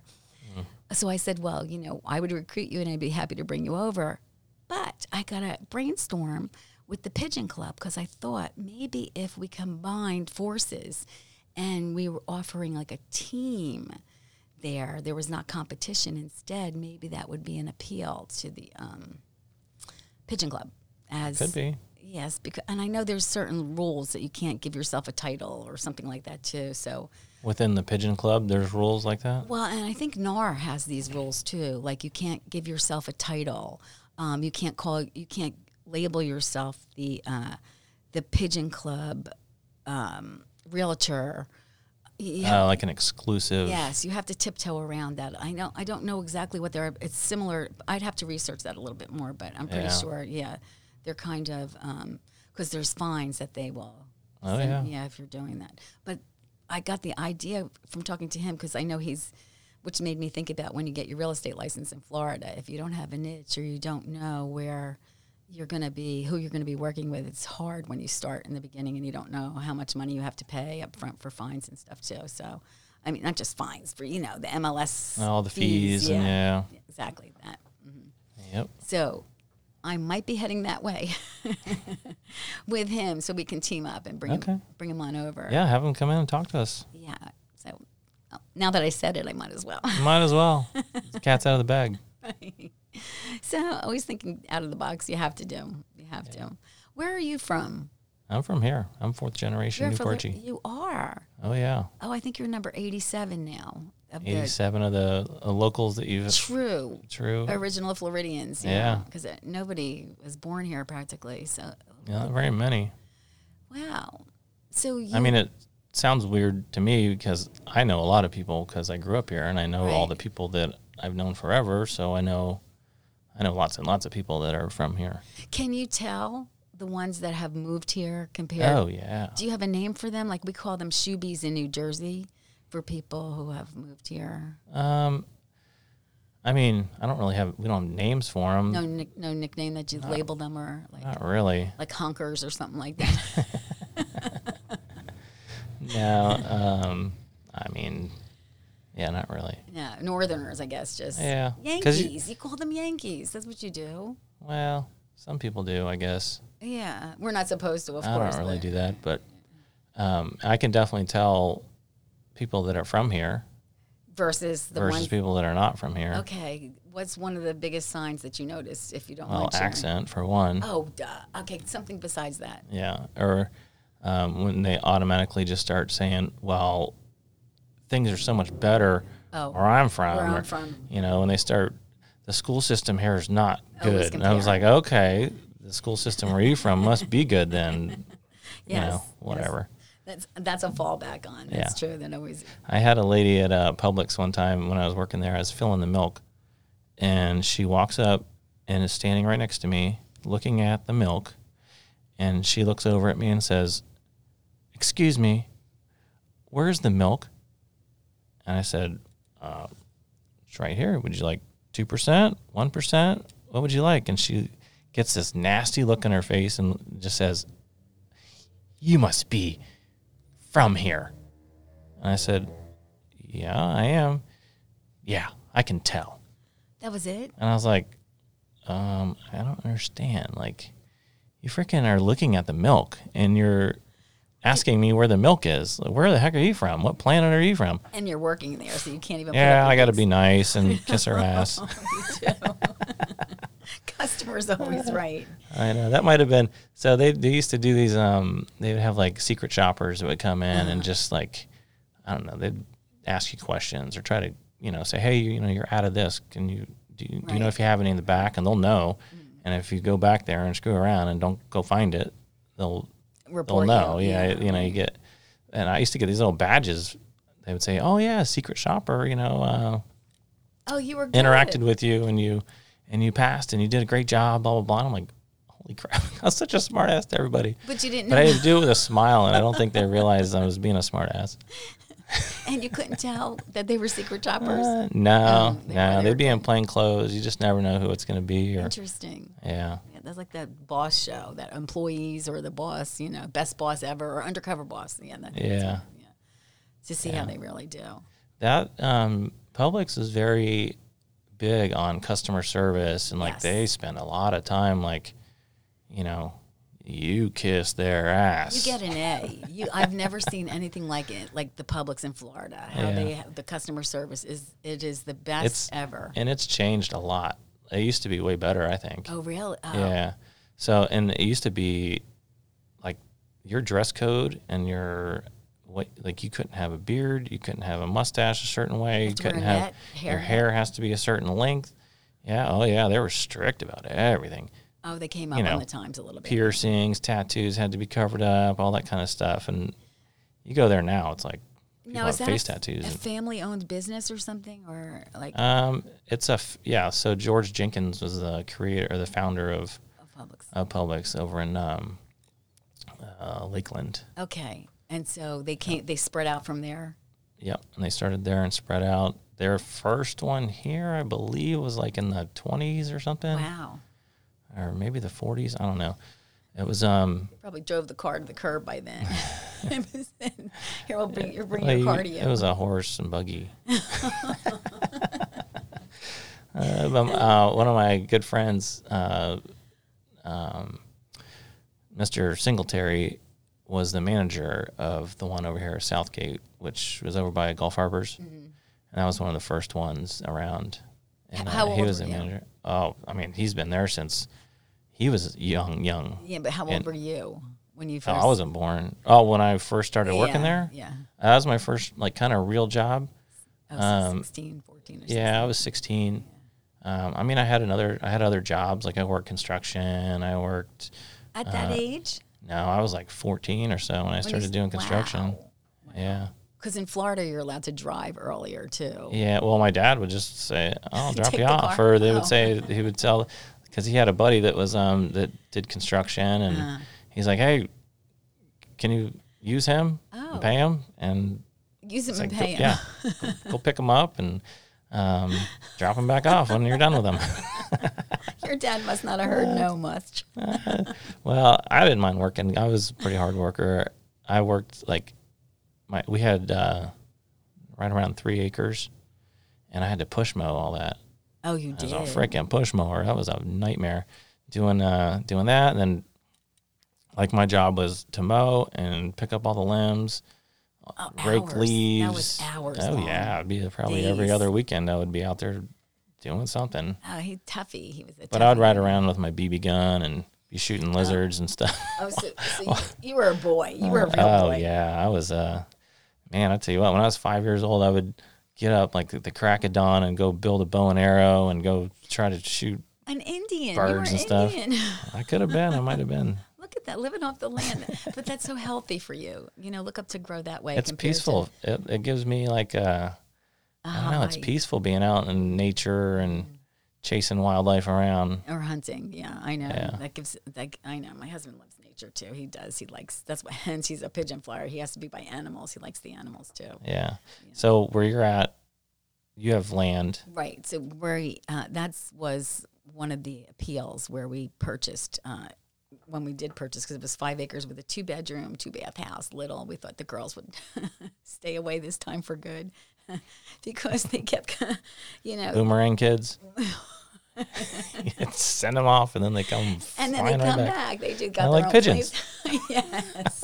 [SPEAKER 2] So I said, Well, you know, I would recruit you and I'd be happy to bring you over. But I got to brainstorm with the Pigeon Club because I thought maybe if we combined forces and we were offering like a team there, there was not competition. Instead, maybe that would be an appeal to the um, Pigeon Club. As
[SPEAKER 1] Could be.
[SPEAKER 2] Yes, because and I know there's certain rules that you can't give yourself a title or something like that too. So
[SPEAKER 1] Within the pigeon club, there's rules like that.
[SPEAKER 2] well, and I think NAR has these rules too. Like you can't give yourself a title. Um, you can't call. You can't label yourself the uh, the Pigeon Club um, realtor. You have-
[SPEAKER 1] Uh, like an exclusive.
[SPEAKER 2] yes, you have to tiptoe around that. I know. I don't know exactly what they're. It's similar. I'd have to research that a little bit more, but I'm pretty
[SPEAKER 1] Yeah.
[SPEAKER 2] sure. Yeah, they're kind of because there's fines that they will
[SPEAKER 1] Oh,
[SPEAKER 2] so,
[SPEAKER 1] yeah.
[SPEAKER 2] if you're doing that. But I got the idea from talking to him because I know he's, which made me think about when you get your real estate license in Florida, if you don't have a niche or you don't know where you're going to be who you're going to be working with. It's hard when you start in the beginning and you don't know how much money you have to pay up front for fines and stuff too. So, I mean, not just fines for you know the MLS,
[SPEAKER 1] uh, All the fees, and yeah.
[SPEAKER 2] exactly that.
[SPEAKER 1] Yep.
[SPEAKER 2] So, I might be heading that way with him, so we can team up and bring
[SPEAKER 1] Okay.
[SPEAKER 2] him, bring him on over.
[SPEAKER 1] Yeah, have them come in and talk to us.
[SPEAKER 2] Yeah. So, oh, now that I said it, I might as well.
[SPEAKER 1] Might as well. Cat's out of the bag.
[SPEAKER 2] so, always thinking out of the box. You have to do. You have to. Where are you from?
[SPEAKER 1] I'm from here. I'm fourth generation
[SPEAKER 2] You're
[SPEAKER 1] New
[SPEAKER 2] from where-
[SPEAKER 1] Porchy.
[SPEAKER 2] You are.
[SPEAKER 1] Oh yeah,
[SPEAKER 2] Oh, I think you're number 87 now. Of the
[SPEAKER 1] eighty-seven of the uh, locals that you've
[SPEAKER 2] true
[SPEAKER 1] true.
[SPEAKER 2] original Floridians.
[SPEAKER 1] Yeah.
[SPEAKER 2] Because nobody was born here practically. So,
[SPEAKER 1] Yeah, not very many.
[SPEAKER 2] wow. So, you,
[SPEAKER 1] I mean, it sounds weird to me because I know a lot of people because I grew up here and I know all
[SPEAKER 2] Right.
[SPEAKER 1] the people that I've known forever. So I know, I know lots and lots of people that are from here.
[SPEAKER 2] can you tell the ones that have moved here compared?
[SPEAKER 1] Oh yeah,
[SPEAKER 2] Do you have a name for them? Like we call them shoebies in New Jersey for people who have moved here.
[SPEAKER 1] Um, I mean, I don't really have. We don't have names for them.
[SPEAKER 2] No, nick, no nickname that you label them or like
[SPEAKER 1] Not really.
[SPEAKER 2] like honkers or something like that.
[SPEAKER 1] No. um, I mean, yeah, not really.
[SPEAKER 2] no, Northerners, I guess. Just
[SPEAKER 1] Yeah, 'cause you-
[SPEAKER 2] Yankees. You, call them Yankees. That's what you do.
[SPEAKER 1] Well, some people do, I guess.
[SPEAKER 2] Yeah, we're not supposed to, of
[SPEAKER 1] I
[SPEAKER 2] course.
[SPEAKER 1] don't really
[SPEAKER 2] but-
[SPEAKER 1] do that, but um, I can definitely tell people that are from here
[SPEAKER 2] Versus the
[SPEAKER 1] versus
[SPEAKER 2] ones.
[SPEAKER 1] people that are not from here.
[SPEAKER 2] Okay, what's one of the biggest signs that you notice if you don't
[SPEAKER 1] Well,
[SPEAKER 2] mind sharing?
[SPEAKER 1] Oh, accent for one.
[SPEAKER 2] Oh, duh. Okay, something besides that.
[SPEAKER 1] Yeah, or um, when they automatically just start saying, "Well, things are so much better
[SPEAKER 2] Oh,
[SPEAKER 1] where I'm from,"
[SPEAKER 2] where I'm
[SPEAKER 1] or,
[SPEAKER 2] from.
[SPEAKER 1] you know, and they start the school system here is not
[SPEAKER 2] Always
[SPEAKER 1] good. And I was like,
[SPEAKER 2] compare.
[SPEAKER 1] "Okay, the school system where you from must be good then."
[SPEAKER 2] Yes.
[SPEAKER 1] You know,
[SPEAKER 2] yes.
[SPEAKER 1] whatever.
[SPEAKER 2] That's that's a fallback on. That's true. That always.
[SPEAKER 1] I had a lady at uh, Publix one time when I was working there. I was filling the milk, and she walks up and is standing right next to me, looking at the milk, and she looks over at me and says, "Excuse me, where's the milk?" And I said, uh, "It's right here. Would you like two percent, one percent? What would you like?" And she gets this nasty look in her face and just says, "You must be from here." And I said, Yeah, I am. Yeah, I can tell.
[SPEAKER 2] That was it.
[SPEAKER 1] And I was like, um, I don't understand. Like, you freaking are looking at the milk and you're asking me where the milk is. Like, where the heck are you from? What planet are you from?
[SPEAKER 2] And you're working there, so you can't even.
[SPEAKER 1] Yeah, I
[SPEAKER 2] put
[SPEAKER 1] got to be nice and kiss her ass.
[SPEAKER 2] got customers always right.
[SPEAKER 1] I know that might have been so they they used to do these um they would have like secret shoppers that would come in and just like I don't know they'd ask you questions or try to you know say hey you, know you're out of this can you do you, do you know
[SPEAKER 2] Right.
[SPEAKER 1] if you have any in the back and they'll know and if you go back there and screw around and don't go find it they'll
[SPEAKER 2] Report.
[SPEAKER 1] they'll know
[SPEAKER 2] you.
[SPEAKER 1] yeah, you know you get and I used to get these little badges they would say oh yeah secret shopper you know uh,
[SPEAKER 2] Oh, you were good.
[SPEAKER 1] interacted with you and you and you passed and you did a great job, blah blah blah. And I'm like, holy crap, I was such a smart ass to everybody.
[SPEAKER 2] But you didn't
[SPEAKER 1] But I
[SPEAKER 2] know,
[SPEAKER 1] had to do it with a smile and I don't think they realized I was being a smart ass.
[SPEAKER 2] and you couldn't tell that they were secret shoppers.
[SPEAKER 1] Uh, no,
[SPEAKER 2] they were-
[SPEAKER 1] no,
[SPEAKER 2] they were
[SPEAKER 1] they'd be in plain clothes. You just never know who it's gonna be or
[SPEAKER 2] Interesting.
[SPEAKER 1] yeah.
[SPEAKER 2] Yeah, that's like that boss show, that employees or the boss, you know, best boss ever or undercover boss. Yeah, that,
[SPEAKER 1] Yeah.
[SPEAKER 2] to see how they really do.
[SPEAKER 1] That um Publix is very big on customer service and like
[SPEAKER 2] Yes.
[SPEAKER 1] they spend a lot of time like, you know, you kiss their ass.
[SPEAKER 2] You get an A. You, I've never seen anything like it, like the Publix in Florida. How
[SPEAKER 1] Yeah.
[SPEAKER 2] they have the customer service is it is the best
[SPEAKER 1] It's-
[SPEAKER 2] ever.
[SPEAKER 1] and it's changed a lot. It used to be way better, I think.
[SPEAKER 2] oh really? Oh,
[SPEAKER 1] Yeah. So, and it used to be like your dress code and your what, like you couldn't have a beard, you couldn't have a mustache a certain way, you
[SPEAKER 2] to wear
[SPEAKER 1] couldn't
[SPEAKER 2] a
[SPEAKER 1] have
[SPEAKER 2] net,
[SPEAKER 1] your
[SPEAKER 2] hair.
[SPEAKER 1] hair has to be a certain length. Yeah. Oh, yeah. They were strict about everything.
[SPEAKER 2] Oh, they came up
[SPEAKER 1] know,
[SPEAKER 2] on the times a little bit.
[SPEAKER 1] Piercings, tattoos had to be covered up, all that kind of stuff. And you go there now, it's like people
[SPEAKER 2] now
[SPEAKER 1] have
[SPEAKER 2] is that
[SPEAKER 1] face
[SPEAKER 2] a,
[SPEAKER 1] tattoos.
[SPEAKER 2] a
[SPEAKER 1] and-
[SPEAKER 2] family-owned business or something, or like
[SPEAKER 1] um, it's a f- yeah. So George Jenkins was the creator or the founder of
[SPEAKER 2] a Publix?
[SPEAKER 1] uh, Publix over in um, uh, Lakeland.
[SPEAKER 2] Okay, and so they came. They spread out from there.
[SPEAKER 1] Yep, and they started there and spread out. Their first one here, I believe, was like in the twenties or something.
[SPEAKER 2] Wow.
[SPEAKER 1] or maybe the 40s. I don't know. It was um.
[SPEAKER 2] Probably drove the car to the curb by then. It was then, Here, we'll bring, you bring
[SPEAKER 1] like,
[SPEAKER 2] your car to you.
[SPEAKER 1] It was a horse and buggy. uh, but, uh, one of my good friends, uh, um, Mr. Singletary, was the manager of the one over here at Southgate, which was over by Gulf Harbors,
[SPEAKER 2] Mm-hmm.
[SPEAKER 1] and that was one of the first ones around. And uh,
[SPEAKER 2] How
[SPEAKER 1] he
[SPEAKER 2] old
[SPEAKER 1] was
[SPEAKER 2] were
[SPEAKER 1] the
[SPEAKER 2] you?
[SPEAKER 1] manager. Oh, I mean, he's been there since he was young, young.
[SPEAKER 2] yeah, but how old
[SPEAKER 1] and-
[SPEAKER 2] were you when you
[SPEAKER 1] Oh,
[SPEAKER 2] first?
[SPEAKER 1] I wasn't born. Oh, when I first started working
[SPEAKER 2] Yeah,
[SPEAKER 1] there,
[SPEAKER 2] Yeah.
[SPEAKER 1] that was my first like kind of real job.
[SPEAKER 2] I was like 16, 14 or something.
[SPEAKER 1] Um, Yeah, I was 16. Um, I mean, I had another, I had other jobs. Like I worked construction. I worked.
[SPEAKER 2] At
[SPEAKER 1] uh,
[SPEAKER 2] that age?
[SPEAKER 1] No, I was like 14 or so when I started doing construction. Yeah,
[SPEAKER 2] Because in Florida, you're allowed to drive earlier, too.
[SPEAKER 1] yeah. Well, my dad would just say, "I'll drop
[SPEAKER 2] Take
[SPEAKER 1] you
[SPEAKER 2] the
[SPEAKER 1] off,"
[SPEAKER 2] car.
[SPEAKER 1] or they
[SPEAKER 2] Oh.
[SPEAKER 1] would say he would tell, because he had a buddy that was um that did construction, and
[SPEAKER 2] Uh.
[SPEAKER 1] he's like, "Hey, can you use him?
[SPEAKER 2] Oh.
[SPEAKER 1] And pay him?" And
[SPEAKER 2] Use them and
[SPEAKER 1] like,
[SPEAKER 2] pay
[SPEAKER 1] go,
[SPEAKER 2] 'em.
[SPEAKER 1] yeah, go, go pick him up and um, drop him back off when you're done with him.
[SPEAKER 2] Your dad must not have heard no much.
[SPEAKER 1] Well, I didn't mind working. I was a pretty hard worker. I worked like my we had uh, right around three acres, and I had to push mow all that.
[SPEAKER 2] Oh, you
[SPEAKER 1] I
[SPEAKER 2] did.
[SPEAKER 1] was a freaking push mower. That was a nightmare doing uh, doing that. And then like my job was to mow and pick up all the limbs,
[SPEAKER 2] Oh,
[SPEAKER 1] rake
[SPEAKER 2] hours.
[SPEAKER 1] leaves.
[SPEAKER 2] That was hours.
[SPEAKER 1] Oh
[SPEAKER 2] long.
[SPEAKER 1] yeah, it'd be probably every
[SPEAKER 2] Days.
[SPEAKER 1] other weekend. I would be out there doing something.
[SPEAKER 2] Oh, he toughy. He was a.
[SPEAKER 1] But I'd ride around with my BB gun and be shooting lizards and stuff.
[SPEAKER 2] Oh, so, so you, you were a boy. You were a real
[SPEAKER 1] Oh
[SPEAKER 2] boy.
[SPEAKER 1] yeah, I was. Uh, man, I tell you what, when I was five years old, I would get up like at the crack of dawn and go build a bow and arrow and go try to shoot.
[SPEAKER 2] An Indian. you were
[SPEAKER 1] Birds and stuff.
[SPEAKER 2] Indian.
[SPEAKER 1] I could have been. I might have been.
[SPEAKER 2] Look at that, living off the land. but that's so healthy for you. You know, look up to grow that way.
[SPEAKER 1] It's
[SPEAKER 2] compared to- Oh,
[SPEAKER 1] peaceful. It, it gives me like uh, I don't know. It's
[SPEAKER 2] Right.
[SPEAKER 1] peaceful being out in nature and chasing wildlife around.
[SPEAKER 2] or hunting. Yeah, I know. That gives that I know. My husband loves nature too. He does. He likes that's what hence he's a pigeon flyer. He has to be by animals. He likes the animals too.
[SPEAKER 1] Yeah. So where you're at, you have land.
[SPEAKER 2] Right. So where uh, that's was one of the appeals where we purchased uh, when we did purchase because it was five acres with a two bedroom, two bath house, little. We thought the girls would stay away this time for good because they kept, you know,
[SPEAKER 1] Boomerang kids. Send them off, and then they come
[SPEAKER 2] and then they
[SPEAKER 1] flying right
[SPEAKER 2] come
[SPEAKER 1] back.
[SPEAKER 2] back. They do
[SPEAKER 1] I
[SPEAKER 2] got their
[SPEAKER 1] like
[SPEAKER 2] own
[SPEAKER 1] pigeons.
[SPEAKER 2] place. yes,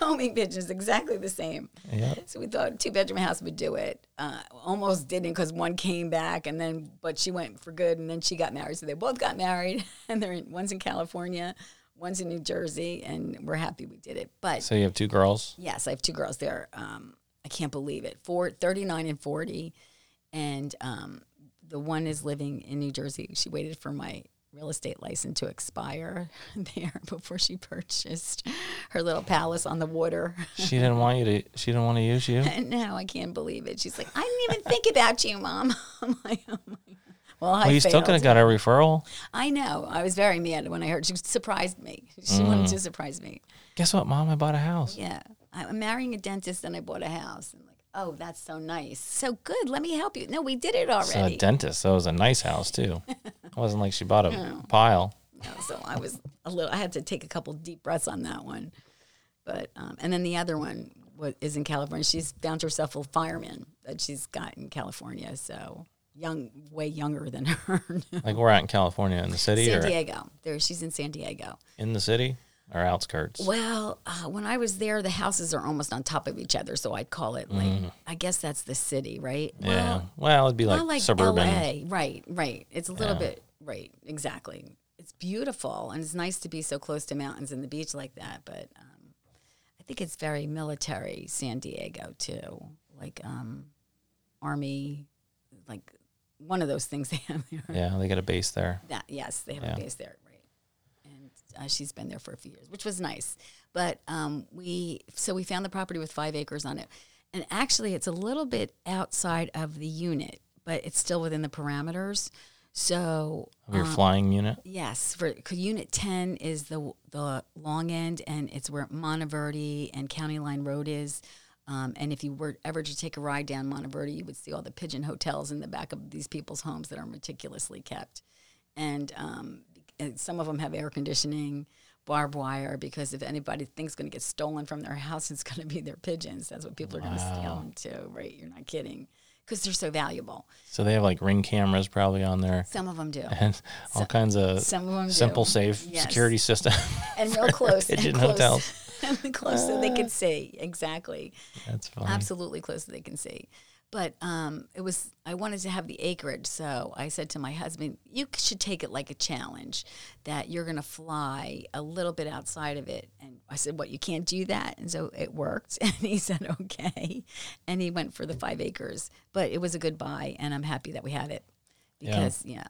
[SPEAKER 2] homing pigeons, exactly the same.
[SPEAKER 1] Yep.
[SPEAKER 2] So we thought two bedroom house would do it. Uh, almost didn't because one came back, and then but she went for good, and then she got married. So they both got married, and they're in, one's in California, one's in New Jersey, and we're happy we did it. But
[SPEAKER 1] So you have two girls.
[SPEAKER 2] Yes, I have two girls there. Um, I can't believe it. Four, 39 and 40. And um, the one is living in New Jersey. She waited for my real estate license to expire there before she purchased her little palace on the water.
[SPEAKER 1] She didn't want you to. She didn't want to use you.
[SPEAKER 2] And now I can't believe it. She's like, I didn't even think about you, Mom. I'm like, oh my God. Well, I
[SPEAKER 1] Well, you
[SPEAKER 2] failed.
[SPEAKER 1] still could have got a referral.
[SPEAKER 2] I know. I was very mad when I heard she surprised me. She
[SPEAKER 1] Mm.
[SPEAKER 2] wanted to surprise me.
[SPEAKER 1] Guess what, Mom? I bought a house.
[SPEAKER 2] Yeah. I- I'm marrying a dentist and I bought a house. I'm like, oh, that's so nice. So good. Let me help you. No, we did it
[SPEAKER 1] So a
[SPEAKER 2] already.
[SPEAKER 1] dentist. So it was a nice house too. It wasn't like she bought a
[SPEAKER 2] Oh.
[SPEAKER 1] pile.
[SPEAKER 2] No, so I was a little, I had to take a couple deep breaths on that one. But, um, and then the other one was, is in California. She's found herself a fireman that she's got in California. So young, way younger than her.
[SPEAKER 1] Like we're out in California in the city
[SPEAKER 2] San
[SPEAKER 1] or
[SPEAKER 2] Diego. There, she's in San Diego.
[SPEAKER 1] in the city or outskirts.
[SPEAKER 2] Well, uh, when I was there, the houses are almost on top of each other. So I'd call it like, I guess that's the city, right? Well,
[SPEAKER 1] Mm-hmm. yeah. Well, it'd be like,
[SPEAKER 2] Not like
[SPEAKER 1] suburban.
[SPEAKER 2] LA. Right, right. It's a little bit right, exactly. It's beautiful and it's nice to be so close to mountains and the beach like that, but um, I think it's very military San Diego too. Like um army like one of those things they have there.
[SPEAKER 1] Yeah, they got a base there.
[SPEAKER 2] That yes, they have
[SPEAKER 1] Yeah.
[SPEAKER 2] a base there, right? And uh, she's been there for a few years, which was nice. But um, we so we found the property with five acres on it, and actually it's a little bit outside of the unit, but it's still within the parameters. So
[SPEAKER 1] Of your flying unit.
[SPEAKER 2] yes, for 'cause unit ten is the the long end, and it's where Monteverde and County Line Road is. Um, and if you were ever to take a ride down Monteverde, you would see all the pigeon hotels in the back of these people's homes that are meticulously kept. And um, and some of them have air conditioning, barbed wire, because if anybody thinks going to get stolen from their house, it's going to be their pigeons. That's what people are going to steal
[SPEAKER 1] Wow.
[SPEAKER 2] them to, right? You're not kidding, because they're so valuable.
[SPEAKER 1] So they have like ring cameras probably on there
[SPEAKER 2] Some of them do.
[SPEAKER 1] and all kinds of
[SPEAKER 2] Some of them
[SPEAKER 1] simple,
[SPEAKER 2] do.
[SPEAKER 1] safe
[SPEAKER 2] Yes.
[SPEAKER 1] security system.
[SPEAKER 2] and real close, and
[SPEAKER 1] pigeon
[SPEAKER 2] close,
[SPEAKER 1] hotels. Ah.
[SPEAKER 2] and close so they can see exactly.
[SPEAKER 1] That's funny.
[SPEAKER 2] absolutely close that they can see. But um, it was I wanted to have the acreage, so I said to my husband, "You c- should take it like a challenge that you're going to fly a little bit outside of it." And I said, "What? You can't do that?" And so it worked, and he said, "Okay," and he went for the five acres. But it was a good buy, and I'm happy that we had it because yeah,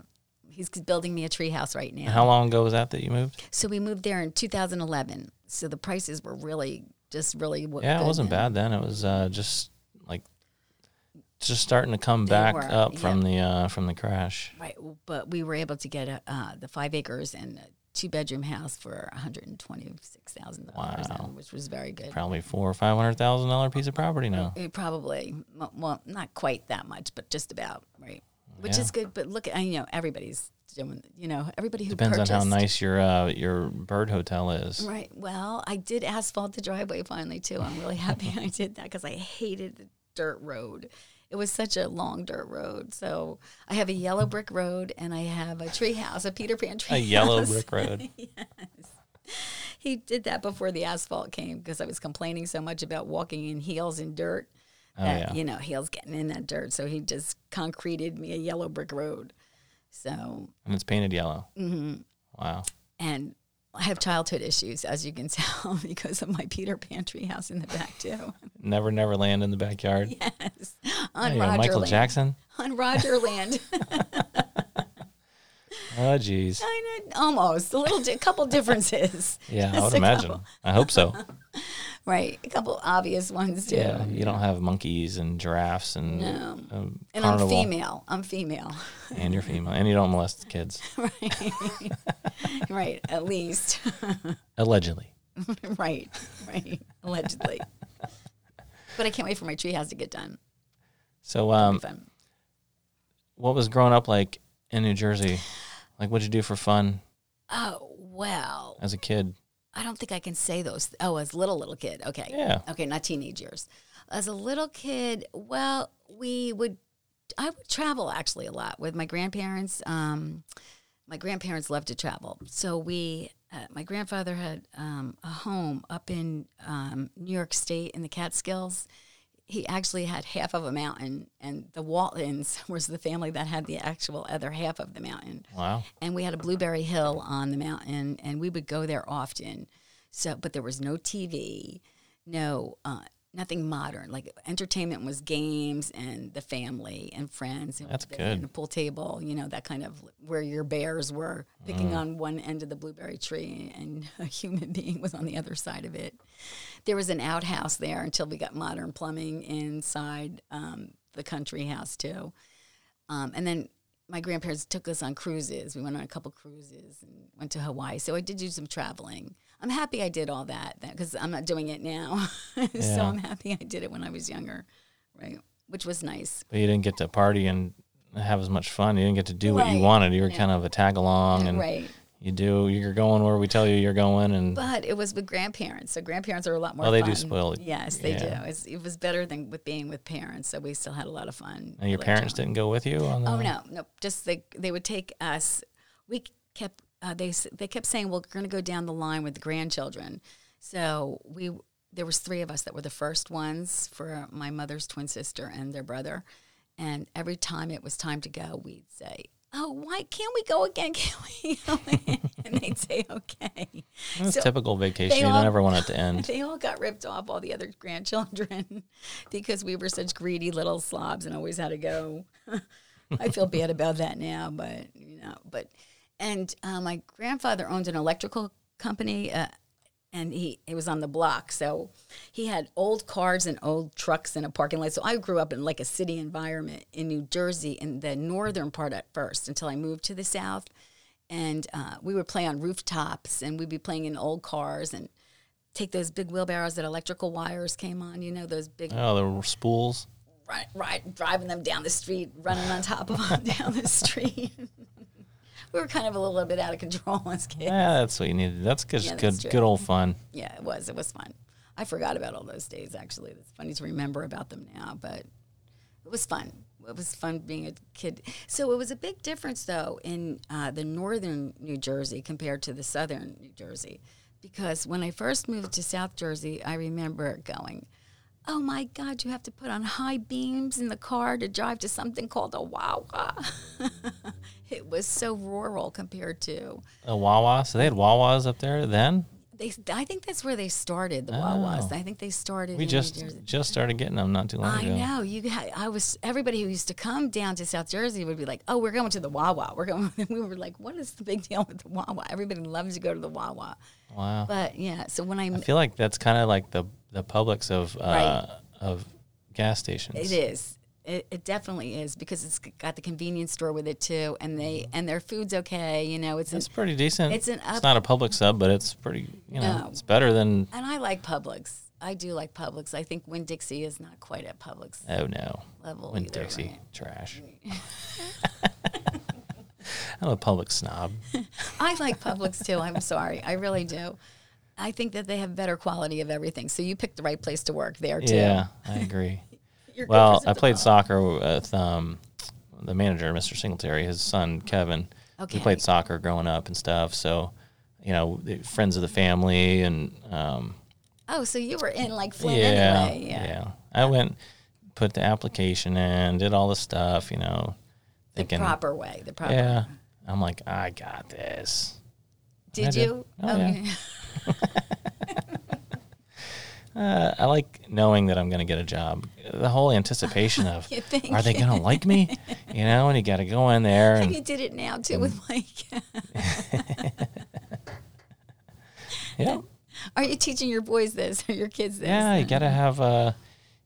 [SPEAKER 2] he's building me a tree house right now.
[SPEAKER 1] How long ago was that that you moved?
[SPEAKER 2] So we moved there in 2011. So the prices were really just really what
[SPEAKER 1] Yeah, it
[SPEAKER 2] good
[SPEAKER 1] wasn't
[SPEAKER 2] then.
[SPEAKER 1] bad then. It was uh, just like just starting to come back
[SPEAKER 2] were,
[SPEAKER 1] up from the uh, from the crash.
[SPEAKER 2] Right, w- but we were able to get a, uh, the five acres and a two bedroom house for one hundred and twenty six thousand dollars, which was very good.
[SPEAKER 1] Probably four or five hundred thousand dollar piece of property now.
[SPEAKER 2] Eh, Probably, mo- well, not quite that much, but just about right, which
[SPEAKER 1] Yeah.
[SPEAKER 2] is good. But look, at you know, everybody's doing, you know, everybody who
[SPEAKER 1] Depends
[SPEAKER 2] purchased,
[SPEAKER 1] on how nice your uh, your bird hotel is.
[SPEAKER 2] Right. Well, I did asphalt the driveway finally too. I'm really happy I did that because I hated the dirt road. It was such a long dirt road. So I have a yellow brick road and I have a tree house, a Peter Pan tree
[SPEAKER 1] A yellow
[SPEAKER 2] house.
[SPEAKER 1] brick road.
[SPEAKER 2] He did that before the asphalt came because I was complaining so much about walking in heels in dirt. that,
[SPEAKER 1] Oh, yeah.
[SPEAKER 2] You know, heels getting in that dirt. So he just concreted me a yellow brick road. So,
[SPEAKER 1] and it's painted yellow. Mm-hmm. Wow.
[SPEAKER 2] and I have childhood issues, as you can tell, because of my Peter Pantry house in the back, too.
[SPEAKER 1] Never Never Land in the backyard.
[SPEAKER 2] yes.
[SPEAKER 1] There
[SPEAKER 2] On
[SPEAKER 1] you go,
[SPEAKER 2] Roger
[SPEAKER 1] Michael
[SPEAKER 2] Land.
[SPEAKER 1] Jackson.
[SPEAKER 2] On Roger Land.
[SPEAKER 1] Oh, geez.
[SPEAKER 2] I know, almost. A little, di- couple differences.
[SPEAKER 1] Yeah, I
[SPEAKER 2] Just
[SPEAKER 1] would
[SPEAKER 2] a
[SPEAKER 1] imagine.
[SPEAKER 2] couple.
[SPEAKER 1] I hope so.
[SPEAKER 2] Right. A couple obvious ones, too.
[SPEAKER 1] Yeah, you don't have monkeys and giraffes and
[SPEAKER 2] No.
[SPEAKER 1] um,
[SPEAKER 2] And
[SPEAKER 1] carnival,
[SPEAKER 2] I'm female. I'm female.
[SPEAKER 1] and you're female, and you don't molest kids
[SPEAKER 2] right. right. At least.
[SPEAKER 1] allegedly.
[SPEAKER 2] right. Right. Allegedly. but I can't wait for my treehouse to get done.
[SPEAKER 1] So, um,
[SPEAKER 2] Fun.
[SPEAKER 1] what was growing up like in New Jersey? Like, what'd you do for fun
[SPEAKER 2] Oh, well,
[SPEAKER 1] as a kid?
[SPEAKER 2] I don't think I can say those. Oh, as little, little kid. Okay.
[SPEAKER 1] Yeah,
[SPEAKER 2] Okay, not teenage years. As a little kid, well, we would, I would travel actually a lot with my grandparents. Um, my grandparents loved to travel. So we, uh, my grandfather had um, a home up in um, New York State in the Catskills. He actually had half of a mountain, and the Waltons was the family that had the actual other half of the mountain
[SPEAKER 1] wow.
[SPEAKER 2] and we had a blueberry hill on the mountain and we would go there often so but there was no tv no uh, nothing modern like entertainment was games and the family and friends and
[SPEAKER 1] That's
[SPEAKER 2] the-
[SPEAKER 1] good.
[SPEAKER 2] and a pool table you know that kind of where your bears were
[SPEAKER 1] Mm.
[SPEAKER 2] picking on one end of the blueberry tree and a human being was on the other side of it there was an outhouse there until we got modern plumbing inside um, the country house too um, and then my grandparents took us on cruises. We went on a couple cruises and went to Hawaii. So I did do some traveling. I'm happy I did all that because I'm not doing it now. so
[SPEAKER 1] Yeah.
[SPEAKER 2] I'm happy I did it when I was younger, right? Which was nice.
[SPEAKER 1] But you didn't get to party and have as much fun. You didn't get to do what you
[SPEAKER 2] Right.
[SPEAKER 1] wanted. You were kind of a tag along, and
[SPEAKER 2] right.
[SPEAKER 1] you do. You're going where we tell you you're going, and
[SPEAKER 2] But it was with grandparents. So grandparents are a lot more
[SPEAKER 1] Oh, they
[SPEAKER 2] fun.
[SPEAKER 1] do spoil it.
[SPEAKER 2] Yes, they
[SPEAKER 1] Yeah.
[SPEAKER 2] do. It's, it was better than with being with parents. So we still had a lot of fun.
[SPEAKER 1] and your
[SPEAKER 2] Really
[SPEAKER 1] parents
[SPEAKER 2] traveling.
[SPEAKER 1] didn't go with you on the.
[SPEAKER 2] Oh no, no. Just they they would take us. We kept uh, they s- they kept saying, "Well, we're going to go down the line with the grandchildren." So we there was three of us that were the first ones for my mother's twin sister and their brother, and every time it was time to go, we'd say. Oh, why can't we go again? Can we? go again?" and they'd say, "Okay."
[SPEAKER 1] That's
[SPEAKER 2] So-
[SPEAKER 1] typical vacation.
[SPEAKER 2] they
[SPEAKER 1] You
[SPEAKER 2] all-
[SPEAKER 1] don't ever want it to end.
[SPEAKER 2] They all got ripped off, all the other grandchildren, because we were such greedy little slobs and always had to go. I feel bad about that now, but you know, but and uh, my grandfather owned an electrical company, uh, and he it was on the block, so he had old cars and old trucks in a parking lot. So I grew up in like a city environment in New Jersey in the northern part at first until I moved to the south. And uh, we would play on rooftops, and we'd be playing in old cars, and take those big wheelbarrows that electrical wires came on, you know, those big
[SPEAKER 1] Oh, the r- spools.
[SPEAKER 2] right, driving them down the street, running on top of them down the street. we were kind of a little bit out of control as kids.
[SPEAKER 1] Yeah, that's what you needed. That's just
[SPEAKER 2] Yeah,
[SPEAKER 1] good,
[SPEAKER 2] that's true.
[SPEAKER 1] good old fun.
[SPEAKER 2] Yeah, it was. It was fun. I forgot about all those days, actually. It's funny to remember about them now, but it was fun. It was fun being a kid. So it was a big difference, though, in uh, the northern New Jersey compared to the southern New Jersey. Because when I first moved to South Jersey, I remember going, Oh my God, you have to put on high beams in the car to drive to something called a Wawa. it was so rural compared to
[SPEAKER 1] A Wawa. So they had Wawas up there then.
[SPEAKER 2] they, I think that's where they started the Wawas. I think they started.
[SPEAKER 1] Oh. We
[SPEAKER 2] in New
[SPEAKER 1] just Oh,
[SPEAKER 2] Jersey.
[SPEAKER 1] just started getting them not too long
[SPEAKER 2] I
[SPEAKER 1] ago.
[SPEAKER 2] know you. ha I was. Everybody who used to come down to South Jersey would be like, "Oh, we're going to the Wawa. We're going." we were like, "What is the big deal with the Wawa? Everybody loves to go to the Wawa."
[SPEAKER 1] Wow.
[SPEAKER 2] But yeah, so when I'm,
[SPEAKER 1] I feel like that's kind of like the the Publix of uh, of gas stations.
[SPEAKER 2] it is. It, it definitely is because it's got the convenience store with it too, and they
[SPEAKER 1] Mm-hmm.
[SPEAKER 2] and their food's okay. You know, it's an,
[SPEAKER 1] It's pretty decent.
[SPEAKER 2] It's an up-
[SPEAKER 1] it's not a public sub, but it's pretty. You know,
[SPEAKER 2] No.
[SPEAKER 1] it's better than.
[SPEAKER 2] and I like Publix. I do like Publix. I think Winn Dixie is not quite at Publix
[SPEAKER 1] Oh no,
[SPEAKER 2] level.
[SPEAKER 1] Win
[SPEAKER 2] either,
[SPEAKER 1] Dixie
[SPEAKER 2] right?
[SPEAKER 1] trash. I'm a public snob.
[SPEAKER 2] I like Publix too. I'm sorry. I really do. I think that they have better quality of everything. So you picked the right place to work there too.
[SPEAKER 1] Yeah, I agree.
[SPEAKER 2] You're good
[SPEAKER 1] well,
[SPEAKER 2] for
[SPEAKER 1] I played
[SPEAKER 2] something
[SPEAKER 1] soccer with um, the manager, Mr. Singletary, his son Kevin.
[SPEAKER 2] Okay.
[SPEAKER 1] We played soccer growing up and stuff. So, you know, the friends of the family and um,
[SPEAKER 2] else. Oh, so you were in like Flint
[SPEAKER 1] yeah,
[SPEAKER 2] anyway. Yeah.
[SPEAKER 1] I went, put the application in, did all the stuff, you know,
[SPEAKER 2] The
[SPEAKER 1] thinking,
[SPEAKER 2] proper way. The proper
[SPEAKER 1] yeah. I'm like, I got this.
[SPEAKER 2] Did
[SPEAKER 1] I did.
[SPEAKER 2] you?
[SPEAKER 1] Oh, yeah. Uh, I like knowing that I'm going to get a job. The whole anticipation of,
[SPEAKER 2] You think?
[SPEAKER 1] are they going to like me? You know, and you got to go in there and
[SPEAKER 2] you did it now too with
[SPEAKER 1] Mm.
[SPEAKER 2] Mike.
[SPEAKER 1] yeah.
[SPEAKER 2] Are you teaching your boys this or your kids this?
[SPEAKER 1] Yeah, you gotta have uh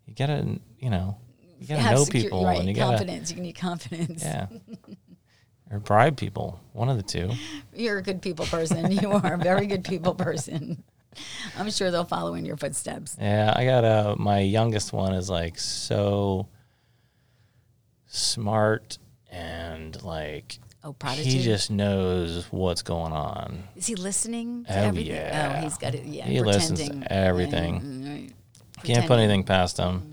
[SPEAKER 1] you gotta you know, you gotta
[SPEAKER 2] Have
[SPEAKER 1] know
[SPEAKER 2] secure-
[SPEAKER 1] people
[SPEAKER 2] right,
[SPEAKER 1] and you gotta
[SPEAKER 2] confidence. You need confidence.
[SPEAKER 1] yeah, or bribe people. One of the two.
[SPEAKER 2] You're a good people person. You are a very good people person. I'm sure they'll follow in your footsteps.
[SPEAKER 1] Yeah, I got uh my youngest one is like so smart and like
[SPEAKER 2] Oh,
[SPEAKER 1] he
[SPEAKER 2] prodigy.
[SPEAKER 1] just knows what's going on.
[SPEAKER 2] Is he listening to
[SPEAKER 1] Oh,
[SPEAKER 2] everything?
[SPEAKER 1] yeah.
[SPEAKER 2] Oh, he's got it. Yeah,
[SPEAKER 1] He listens to
[SPEAKER 2] pretending.
[SPEAKER 1] everything.
[SPEAKER 2] Mm, right.
[SPEAKER 1] Can't put
[SPEAKER 2] Pretending. Mm.
[SPEAKER 1] anything past him.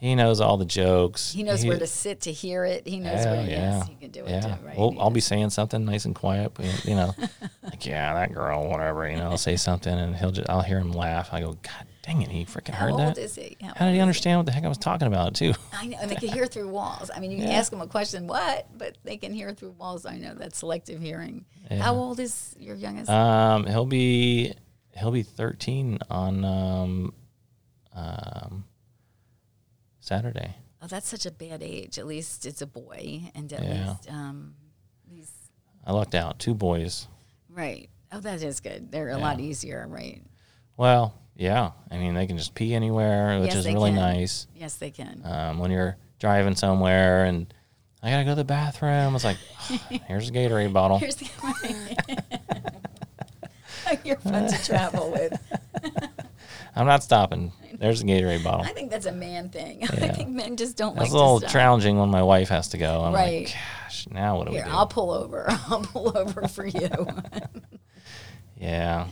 [SPEAKER 1] He knows all the jokes.
[SPEAKER 2] He knows where to sit to hear it. He knows
[SPEAKER 1] Yeah,
[SPEAKER 2] where.
[SPEAKER 1] Oh, yeah,
[SPEAKER 2] Yes, he can do it.
[SPEAKER 1] yeah.
[SPEAKER 2] Too, right.
[SPEAKER 1] Well, I'll be saying something nice and quiet, but, you know, like yeah, that girl, whatever. You know, I'll say something, and he'll just I'll hear him laugh. I go, God dang it, he freaking
[SPEAKER 2] How
[SPEAKER 1] heard
[SPEAKER 2] old
[SPEAKER 1] that.
[SPEAKER 2] is he?
[SPEAKER 1] How
[SPEAKER 2] old
[SPEAKER 1] did
[SPEAKER 2] is
[SPEAKER 1] he understand what the heck I was talking about too?
[SPEAKER 2] I know, and they can hear through walls. I mean, you can
[SPEAKER 1] Yeah.
[SPEAKER 2] ask them a question, what? But they can hear through walls. I know that's selective hearing. How old is your youngest?
[SPEAKER 1] Um, he'll be he'll be thirteen on um, um, Saturday.
[SPEAKER 2] oh, that's such a bad age. At least it's a boy, and at
[SPEAKER 1] Yeah.
[SPEAKER 2] least um, he's
[SPEAKER 1] I lucked out. Two boys.
[SPEAKER 2] right. Oh, that is good. They're a lot easier, right?
[SPEAKER 1] Well, yeah. I mean, they can just pee anywhere, which
[SPEAKER 2] Yes,
[SPEAKER 1] is
[SPEAKER 2] they
[SPEAKER 1] really
[SPEAKER 2] can.
[SPEAKER 1] nice.
[SPEAKER 2] Yes, they can.
[SPEAKER 1] um, when you're driving somewhere and I gotta go to the bathroom. It's like, here's a Gatorade bottle.
[SPEAKER 2] Here's the You're fun to travel with.
[SPEAKER 1] I'm not stopping. There's a Gatorade bottle.
[SPEAKER 2] I think that's a man thing. I think men just don't
[SPEAKER 1] That's
[SPEAKER 2] like
[SPEAKER 1] a little
[SPEAKER 2] to stop.
[SPEAKER 1] challenging when my wife has to go. I'm
[SPEAKER 2] Right.
[SPEAKER 1] like, gosh, now what do
[SPEAKER 2] Here,
[SPEAKER 1] we do?
[SPEAKER 2] I'll pull over. I'll pull over for you. oh,
[SPEAKER 1] yeah,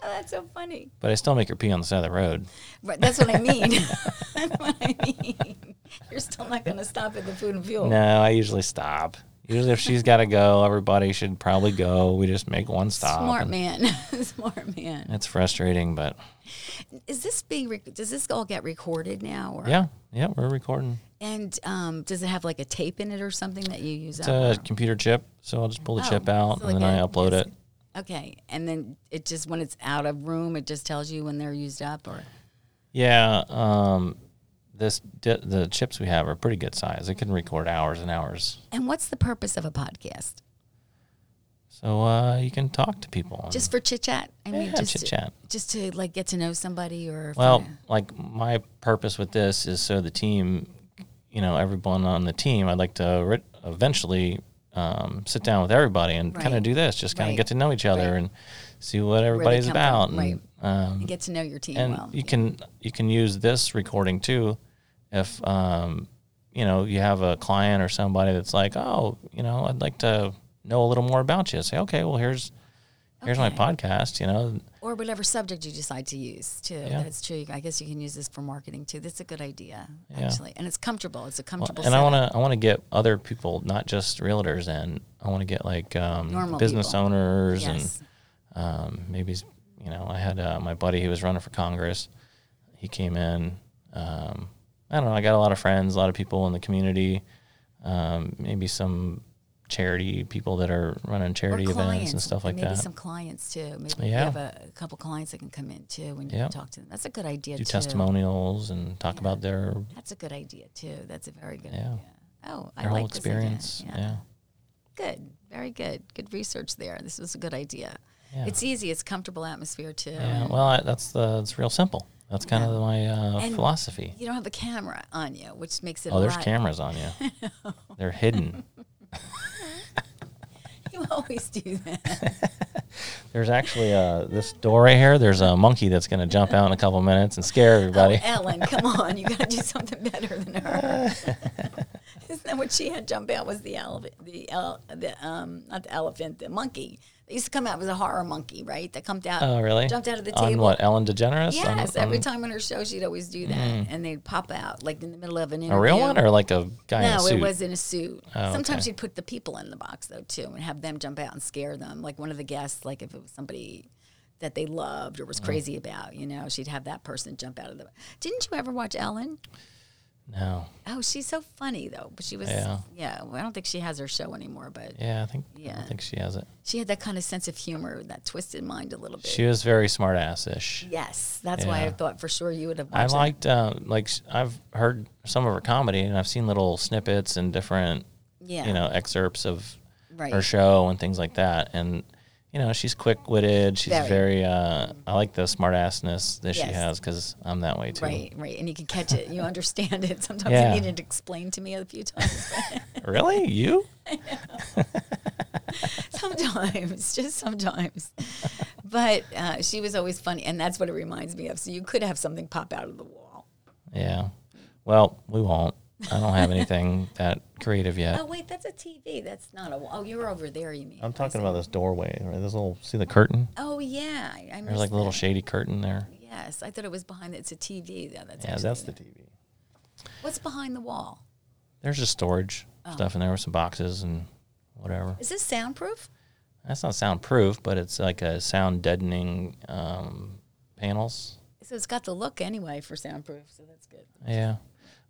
[SPEAKER 2] that's so funny.
[SPEAKER 1] but I still make her pee on the side of the road.
[SPEAKER 2] Right, that's what I mean. that's what I mean. You're still not going to stop at the food and fuel.
[SPEAKER 1] No, I usually stop. Usually, if she's gotta go, everybody should probably go. We just make one stop.
[SPEAKER 2] Smart
[SPEAKER 1] and
[SPEAKER 2] man. Smart man.
[SPEAKER 1] It's frustrating, but
[SPEAKER 2] Is this being rec- does this all get recorded now or
[SPEAKER 1] yeah, yeah, we're recording.
[SPEAKER 2] and um, does it have like a tape in it or something that you use
[SPEAKER 1] It's
[SPEAKER 2] out
[SPEAKER 1] a computer chip, so I'll just pull the
[SPEAKER 2] Oh,
[SPEAKER 1] chip out
[SPEAKER 2] so
[SPEAKER 1] and then
[SPEAKER 2] like
[SPEAKER 1] I
[SPEAKER 2] a-
[SPEAKER 1] upload
[SPEAKER 2] it's-
[SPEAKER 1] it.
[SPEAKER 2] Okay, and then it just when it's out of room, it just tells you when they're used up, or
[SPEAKER 1] Yeah, um, this di- the chips we have are pretty good size. It can record hours and hours,
[SPEAKER 2] and what's the purpose of a podcast?
[SPEAKER 1] so uh, you can talk to people. and-
[SPEAKER 2] Just for chit chat? I mean,
[SPEAKER 1] Yeah,
[SPEAKER 2] just to-
[SPEAKER 1] chit-chat.
[SPEAKER 2] just to like get to know somebody, or if
[SPEAKER 1] well,
[SPEAKER 2] you-
[SPEAKER 1] like my purpose with this is so the team, you know, everyone on the team. I'd like to ri eventually um, sit down with everybody and kind
[SPEAKER 2] Right.
[SPEAKER 1] of do this, just kind of
[SPEAKER 2] Right.
[SPEAKER 1] get to know each other
[SPEAKER 2] Right.
[SPEAKER 1] and see what everybody's
[SPEAKER 2] come from,
[SPEAKER 1] about. And,
[SPEAKER 2] right.
[SPEAKER 1] um,
[SPEAKER 2] get to know your team
[SPEAKER 1] and
[SPEAKER 2] well.
[SPEAKER 1] you can you can use this recording too if um, you know you have a client or somebody that's like oh you know i'd like to know a little more about you. Say, okay, well here's here's
[SPEAKER 2] Okay.
[SPEAKER 1] my podcast. You know,
[SPEAKER 2] or whatever subject you decide to use too.
[SPEAKER 1] Yeah.
[SPEAKER 2] That's true. I guess you can use this for marketing too. That's a good idea
[SPEAKER 1] Yeah.
[SPEAKER 2] actually, and it's comfortable. It's a
[SPEAKER 1] Well,
[SPEAKER 2] comfortable.
[SPEAKER 1] and I
[SPEAKER 2] setup.
[SPEAKER 1] want to I want to get other people, not just realtors, in. I want to get like um,
[SPEAKER 2] Normal
[SPEAKER 1] business
[SPEAKER 2] people.
[SPEAKER 1] owners
[SPEAKER 2] yes.
[SPEAKER 1] and um, maybe s- you know I had uh, my buddy who was running for Congress. He came in. Um, I don't know. I got a lot of friends, a lot of people in the community. Um, maybe some charity people that are running
[SPEAKER 2] Or
[SPEAKER 1] charity events and stuff like
[SPEAKER 2] maybe
[SPEAKER 1] that.
[SPEAKER 2] some clients too. Maybe you
[SPEAKER 1] Yeah.
[SPEAKER 2] have a, a couple clients that can come in too when you
[SPEAKER 1] Yeah.
[SPEAKER 2] talk to them. That's a good idea
[SPEAKER 1] Do
[SPEAKER 2] too.
[SPEAKER 1] testimonials and talk about their
[SPEAKER 2] That's a good idea too. That's a very good
[SPEAKER 1] Yeah.
[SPEAKER 2] idea. Oh, I
[SPEAKER 1] their
[SPEAKER 2] like
[SPEAKER 1] whole
[SPEAKER 2] this idea.
[SPEAKER 1] experience. yeah.
[SPEAKER 2] Good. Very good. Good research there. This was a good idea.
[SPEAKER 1] Yeah.
[SPEAKER 2] It's easy. It's comfortable atmosphere too.
[SPEAKER 1] Yeah,
[SPEAKER 2] and
[SPEAKER 1] well, I, that's the it's real simple. That's kind of my uh,
[SPEAKER 2] And
[SPEAKER 1] philosophy.
[SPEAKER 2] you don't have a camera on you, which makes it
[SPEAKER 1] Oh,
[SPEAKER 2] a
[SPEAKER 1] there's
[SPEAKER 2] lot.
[SPEAKER 1] cameras on you. They're hidden.
[SPEAKER 2] You always do that.
[SPEAKER 1] There's actually uh, this door right here. There's a monkey that's going to jump out in a couple minutes and scare everybody.
[SPEAKER 2] Oh, Ellen, come on. You got to do something better than her. Isn't that what she had jump out was the elephant, the, el- the um, not the elephant, the monkey. They used to come out, it was a horror monkey, right? That jumped out.
[SPEAKER 1] Oh, really?
[SPEAKER 2] Jumped out of the
[SPEAKER 1] On
[SPEAKER 2] table.
[SPEAKER 1] what? Ellen DeGeneres? On-
[SPEAKER 2] Yes,
[SPEAKER 1] on
[SPEAKER 2] every time on her show, she'd always do that, and they'd pop out like in the middle of an interview.
[SPEAKER 1] Mm-hmm. a real one or like a guy in a
[SPEAKER 2] No,
[SPEAKER 1] suit?
[SPEAKER 2] it was in a suit.
[SPEAKER 1] Oh,
[SPEAKER 2] Sometimes
[SPEAKER 1] okay.
[SPEAKER 2] you'd put the people in the box though too, and have them jump out and scare them. Like one of the guests, like if it was somebody that they loved or was
[SPEAKER 1] Mm-hmm.
[SPEAKER 2] crazy about, you know, she'd have that person jump out of the. Didn't you ever watch Ellen?
[SPEAKER 1] No.
[SPEAKER 2] Oh, she's so funny though. But she was, yeah.
[SPEAKER 1] Yeah.
[SPEAKER 2] well, I don't think she has her show anymore, but
[SPEAKER 1] Yeah, I think I
[SPEAKER 2] Yeah.
[SPEAKER 1] think she has it.
[SPEAKER 2] she had that kind of sense of humor, that twisted mind a little bit.
[SPEAKER 1] She was very smart ass-ish.
[SPEAKER 2] yes, that's why I
[SPEAKER 1] Yeah.
[SPEAKER 2] thought for sure you would have.
[SPEAKER 1] I
[SPEAKER 2] Watched it.
[SPEAKER 1] liked uh, like s- I've heard some of her comedy and I've seen little snippets and different
[SPEAKER 2] Yeah.
[SPEAKER 1] you know excerpts of
[SPEAKER 2] Right.
[SPEAKER 1] her show and things like that. And you know, she's quick witted. She's
[SPEAKER 2] Very.
[SPEAKER 1] very. uh, I like the smart assness that she
[SPEAKER 2] Yes.
[SPEAKER 1] has because I'm that way too.
[SPEAKER 2] Right, right, and you can catch it. You understand it. Sometimes
[SPEAKER 1] Yeah.
[SPEAKER 2] you need it explained to me a few times.
[SPEAKER 1] Really, you?
[SPEAKER 2] sometimes, just sometimes. But uh, she was always funny, and that's what it reminds me of. So you could have something pop out of the wall.
[SPEAKER 1] Yeah. Well, we won't. I don't have anything that creative yet.
[SPEAKER 2] Oh wait, that's a TV. That's not a wall. Oh, you're over there. You mean?
[SPEAKER 1] I'm talking about this doorway, right? This little see the curtain?
[SPEAKER 2] Oh yeah, I, I
[SPEAKER 1] There's like a little shady curtain there.
[SPEAKER 2] Yes, I thought it was behind. It's a TV. Yeah, that's
[SPEAKER 1] Yeah,
[SPEAKER 2] actually-
[SPEAKER 1] that's the TV.
[SPEAKER 2] What's behind the wall?
[SPEAKER 1] There's just storage
[SPEAKER 2] Oh.
[SPEAKER 1] stuff in there with some boxes and whatever.
[SPEAKER 2] Is this soundproof?
[SPEAKER 1] That's not soundproof, but it's like a sound deadening um, panels.
[SPEAKER 2] So it's got the look anyway for soundproof. So that's good.
[SPEAKER 1] Yeah.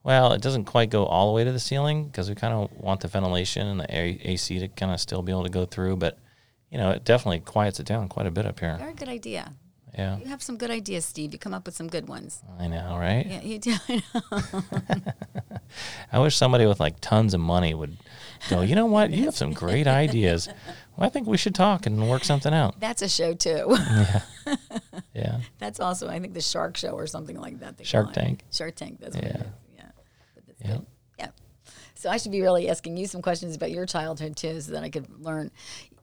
[SPEAKER 1] Well, it doesn't quite go all the way to the ceiling because we kind of want the ventilation and the A- AC to kind of still be able to go through. But, you know, it definitely quiets it down quite a bit up here.
[SPEAKER 2] Very good idea.
[SPEAKER 1] Yeah.
[SPEAKER 2] You have some good ideas, Steve. You come up with some good ones.
[SPEAKER 1] I know, right?
[SPEAKER 2] Yeah, you do. I know.
[SPEAKER 1] I wish somebody with like tons of money would go, you know what? You have some great ideas. Well, I think we should talk and work something out.
[SPEAKER 2] That's a show too.
[SPEAKER 1] Yeah.
[SPEAKER 2] That's also, I think, the Shark Show or something like that. they
[SPEAKER 1] Shark
[SPEAKER 2] call it.
[SPEAKER 1] Tank.
[SPEAKER 2] Shark Tank. That's what it
[SPEAKER 1] Yeah.
[SPEAKER 2] is. Yeah. But that's good. Yeah. So I should be really asking you some questions about your childhood too, so that I could learn.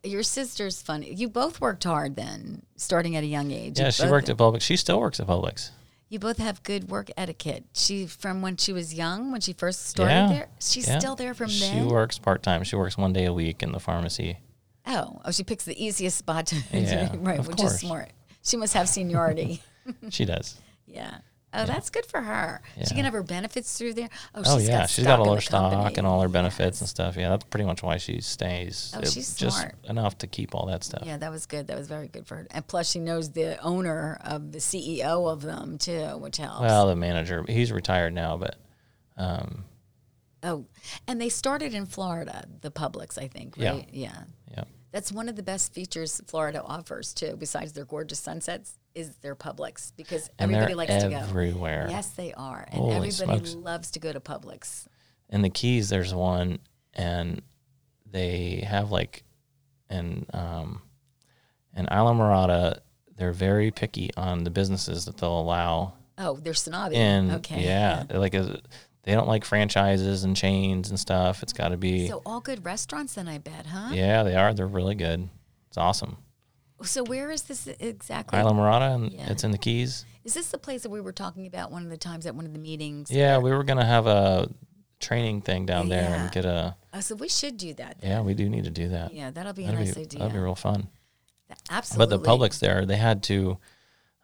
[SPEAKER 2] Your sister's funny. You both worked hard then, starting at a young age. You
[SPEAKER 1] Yeah, she
[SPEAKER 2] both-
[SPEAKER 1] worked at Publix. She still works at Publix.
[SPEAKER 2] You both have good work etiquette. She from when she was young, when she first started
[SPEAKER 1] yeah.
[SPEAKER 2] there. She's
[SPEAKER 1] Yeah.
[SPEAKER 2] still there from
[SPEAKER 1] She
[SPEAKER 2] then.
[SPEAKER 1] works part time. She works one day a week in the pharmacy.
[SPEAKER 2] oh, oh, she picks the easiest spot to
[SPEAKER 1] Yeah,
[SPEAKER 2] right,
[SPEAKER 1] of
[SPEAKER 2] which is
[SPEAKER 1] course.
[SPEAKER 2] smart. She must have seniority.
[SPEAKER 1] She does.
[SPEAKER 2] Yeah. Oh, that's good for her. She
[SPEAKER 1] Yeah.
[SPEAKER 2] can have her benefits through there. Oh,
[SPEAKER 1] Oh
[SPEAKER 2] she's
[SPEAKER 1] yeah,
[SPEAKER 2] got
[SPEAKER 1] she's got
[SPEAKER 2] stock
[SPEAKER 1] all
[SPEAKER 2] in
[SPEAKER 1] her
[SPEAKER 2] the
[SPEAKER 1] stock
[SPEAKER 2] company.
[SPEAKER 1] and all her benefits and stuff. Yeah, that's pretty much why she stays.
[SPEAKER 2] Oh,
[SPEAKER 1] It-
[SPEAKER 2] she's
[SPEAKER 1] just
[SPEAKER 2] smart.
[SPEAKER 1] enough to keep all that stuff.
[SPEAKER 2] Yeah, that was good. That was very good for her. And plus, she knows the owner of the CEO of them too, which helps.
[SPEAKER 1] Well, the manager, he's retired now, but
[SPEAKER 2] oh, and they started in Florida, the Publix, I think.
[SPEAKER 1] Yeah.
[SPEAKER 2] Right? Yeah.
[SPEAKER 1] yeah,
[SPEAKER 2] That's one of the best features Florida offers too, besides their gorgeous sunsets, is their Publix because
[SPEAKER 1] and
[SPEAKER 2] everybody
[SPEAKER 1] they're
[SPEAKER 2] likes to go.
[SPEAKER 1] everywhere.
[SPEAKER 2] Yes, they are, and
[SPEAKER 1] Holy
[SPEAKER 2] everybody
[SPEAKER 1] smokes.
[SPEAKER 2] loves to go to Publix.
[SPEAKER 1] In the Keys, there's one, and they have like, an um, in Isla Morada, they're very picky on the businesses that they'll allow
[SPEAKER 2] Oh, they're snobby.
[SPEAKER 1] in.
[SPEAKER 2] okay.
[SPEAKER 1] Yeah, they're like a, they don't like franchises and chains and stuff. It's got to be.
[SPEAKER 2] So all good restaurants then I bet, huh?
[SPEAKER 1] yeah, they are. They're really good. It's awesome.
[SPEAKER 2] So where is this e-, exactly?
[SPEAKER 1] Isla Morada, and
[SPEAKER 2] Yeah.
[SPEAKER 1] it's in the Keys.
[SPEAKER 2] Is this the place that we were talking about one of the times at one of the meetings?
[SPEAKER 1] Yeah, we were gonna have a training thing down there and
[SPEAKER 2] Yeah.
[SPEAKER 1] get a.
[SPEAKER 2] Oh, so we should do that. then.
[SPEAKER 1] Yeah, we do need to do that.
[SPEAKER 2] Yeah, that'll be a
[SPEAKER 1] that'd
[SPEAKER 2] nice
[SPEAKER 1] be
[SPEAKER 2] idea.
[SPEAKER 1] that'd be real fun.
[SPEAKER 2] Th- Absolutely.
[SPEAKER 1] But the public's there. They had to,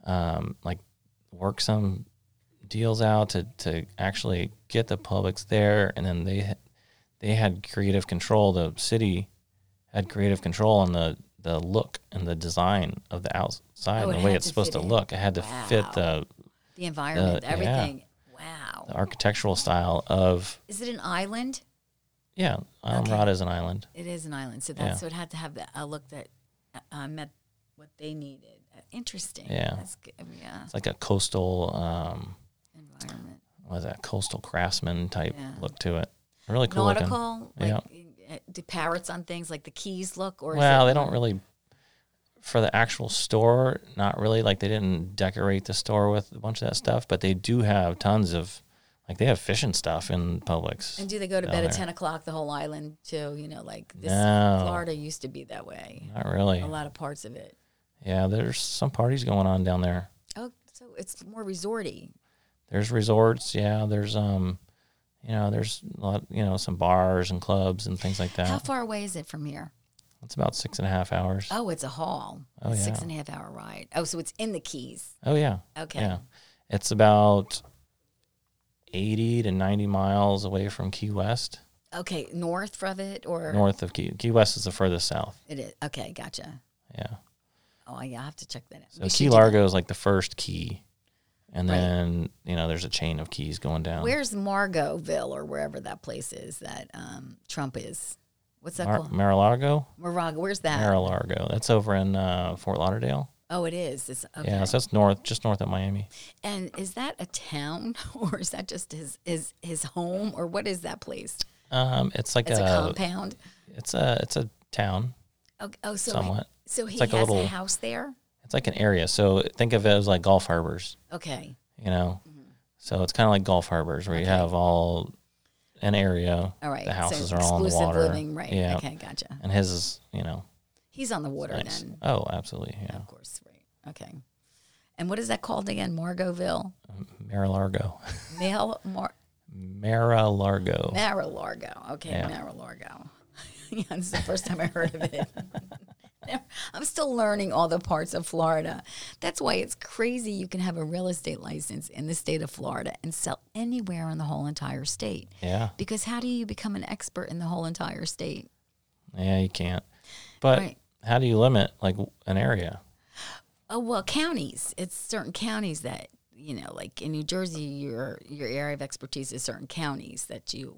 [SPEAKER 1] um, like, work some deals out to to actually get the publics there, and then they they had creative control. The city had creative control on the the look and the design of the outside,
[SPEAKER 2] Oh,
[SPEAKER 1] and
[SPEAKER 2] it
[SPEAKER 1] the way
[SPEAKER 2] had
[SPEAKER 1] it's
[SPEAKER 2] to
[SPEAKER 1] supposed
[SPEAKER 2] fit
[SPEAKER 1] to
[SPEAKER 2] in.
[SPEAKER 1] look. It had to fit the,
[SPEAKER 2] the environment,
[SPEAKER 1] uh, yeah.
[SPEAKER 2] everything.
[SPEAKER 1] the
[SPEAKER 2] Wow.
[SPEAKER 1] architectural style of
[SPEAKER 2] Is it an island?
[SPEAKER 1] yeah. Island
[SPEAKER 2] Okay.
[SPEAKER 1] Rod is an island.
[SPEAKER 2] It is an island, so that's
[SPEAKER 1] Yeah.
[SPEAKER 2] so it had to have a look that uh, uh, met what they needed. Uh, interesting.
[SPEAKER 1] Yeah.
[SPEAKER 2] That's good. Yeah.
[SPEAKER 1] It's like a coastal. Um,
[SPEAKER 2] Environment.
[SPEAKER 1] was that coastal craftsman type
[SPEAKER 2] Yeah.
[SPEAKER 1] look to it. Really cool looking.
[SPEAKER 2] Nautical.
[SPEAKER 1] Yeah.
[SPEAKER 2] Like, uh, do parrots on things like the keys look, or
[SPEAKER 1] Well,
[SPEAKER 2] is
[SPEAKER 1] they
[SPEAKER 2] it
[SPEAKER 1] don't really for the actual store. Not really. Like they didn't decorate the store with a bunch of that stuff, but they do have tons of like they have fishing stuff in Publix.
[SPEAKER 2] And do they go to
[SPEAKER 1] down
[SPEAKER 2] bed at
[SPEAKER 1] there.
[SPEAKER 2] ten o'clock the whole island too? You know, like this
[SPEAKER 1] No.
[SPEAKER 2] Florida used to be that way.
[SPEAKER 1] Not really.
[SPEAKER 2] A lot of parts of it.
[SPEAKER 1] Yeah, there's some parties going on down there.
[SPEAKER 2] Oh, so it's more resorty.
[SPEAKER 1] There's resorts. Yeah, there's um, you know, there's a lot, you know, some bars and clubs and things like
[SPEAKER 2] How
[SPEAKER 1] that.
[SPEAKER 2] far away is it from here?
[SPEAKER 1] It's about six and a half hours. Oh,
[SPEAKER 2] Oh, it's a haul.
[SPEAKER 1] Oh,
[SPEAKER 2] It's Six
[SPEAKER 1] yeah.
[SPEAKER 2] and a half hour ride. Oh, so it's in the Keys.
[SPEAKER 1] Oh, yeah.
[SPEAKER 2] Okay.
[SPEAKER 1] Yeah. It's about 80 to 90 miles away from Key West,
[SPEAKER 2] Okay, north of it or
[SPEAKER 1] north of Key. Key West is the furthest south.
[SPEAKER 2] it is. Okay, gotcha.
[SPEAKER 1] Yeah.
[SPEAKER 2] Oh, yeah, I have to check that out.
[SPEAKER 1] So
[SPEAKER 2] We should
[SPEAKER 1] Key
[SPEAKER 2] do that.
[SPEAKER 1] Largo is like the first key. And
[SPEAKER 2] Right.
[SPEAKER 1] then, you know, there's a chain of keys going down.
[SPEAKER 2] Where's Margotville or wherever that place is that um, Trump is? What's that
[SPEAKER 1] Mar-
[SPEAKER 2] called?
[SPEAKER 1] Mar-a-Lago?
[SPEAKER 2] Moraga. Where's that?
[SPEAKER 1] Mar-a-Lago. That's over in uh, Fort Lauderdale.
[SPEAKER 2] Oh, it is. It's, okay.
[SPEAKER 1] Yeah. So that's north, just north of Miami.
[SPEAKER 2] And is that a town or is that just his his, his home or what is that place?
[SPEAKER 1] Um, it's like
[SPEAKER 2] It's
[SPEAKER 1] a,
[SPEAKER 2] a compound.
[SPEAKER 1] it's a, it's a town
[SPEAKER 2] Oh, oh so
[SPEAKER 1] somewhat.
[SPEAKER 2] so he
[SPEAKER 1] like a
[SPEAKER 2] has a
[SPEAKER 1] little-
[SPEAKER 2] house there.
[SPEAKER 1] It's like an area. So think of it as like Gulf Harbors.
[SPEAKER 2] Okay.
[SPEAKER 1] you know.
[SPEAKER 2] Mm-hmm.
[SPEAKER 1] So it's kind of like Gulf Harbors where you have all an area.
[SPEAKER 2] All right.
[SPEAKER 1] The houses
[SPEAKER 2] so
[SPEAKER 1] are all on the
[SPEAKER 2] exclusive
[SPEAKER 1] water.
[SPEAKER 2] living, right?
[SPEAKER 1] Yeah.
[SPEAKER 2] Okay, gotcha.
[SPEAKER 1] And his is, you know,
[SPEAKER 2] He's on the water
[SPEAKER 1] nice.
[SPEAKER 2] then,
[SPEAKER 1] Oh, absolutely. Yeah.
[SPEAKER 2] of course, right? Okay. And what is that called again? Margotville,
[SPEAKER 1] Marilargo.
[SPEAKER 2] Mel Mar-
[SPEAKER 1] Marilargo.
[SPEAKER 2] Marilargo. Okay,
[SPEAKER 1] Yeah.
[SPEAKER 2] Marilargo. yeah, this is the first time I heard of it. I'm still learning all the parts of Florida. That's why it's crazy you can have a real estate license in the state of Florida and sell anywhere in the whole entire state.
[SPEAKER 1] Yeah.
[SPEAKER 2] Because how do you become an expert in the whole entire state?
[SPEAKER 1] Yeah, you can't. But
[SPEAKER 2] Right.
[SPEAKER 1] how do you limit like w- an area?
[SPEAKER 2] Oh well, counties. It's certain counties that you know, like in New Jersey, your your area of expertise is certain counties that you.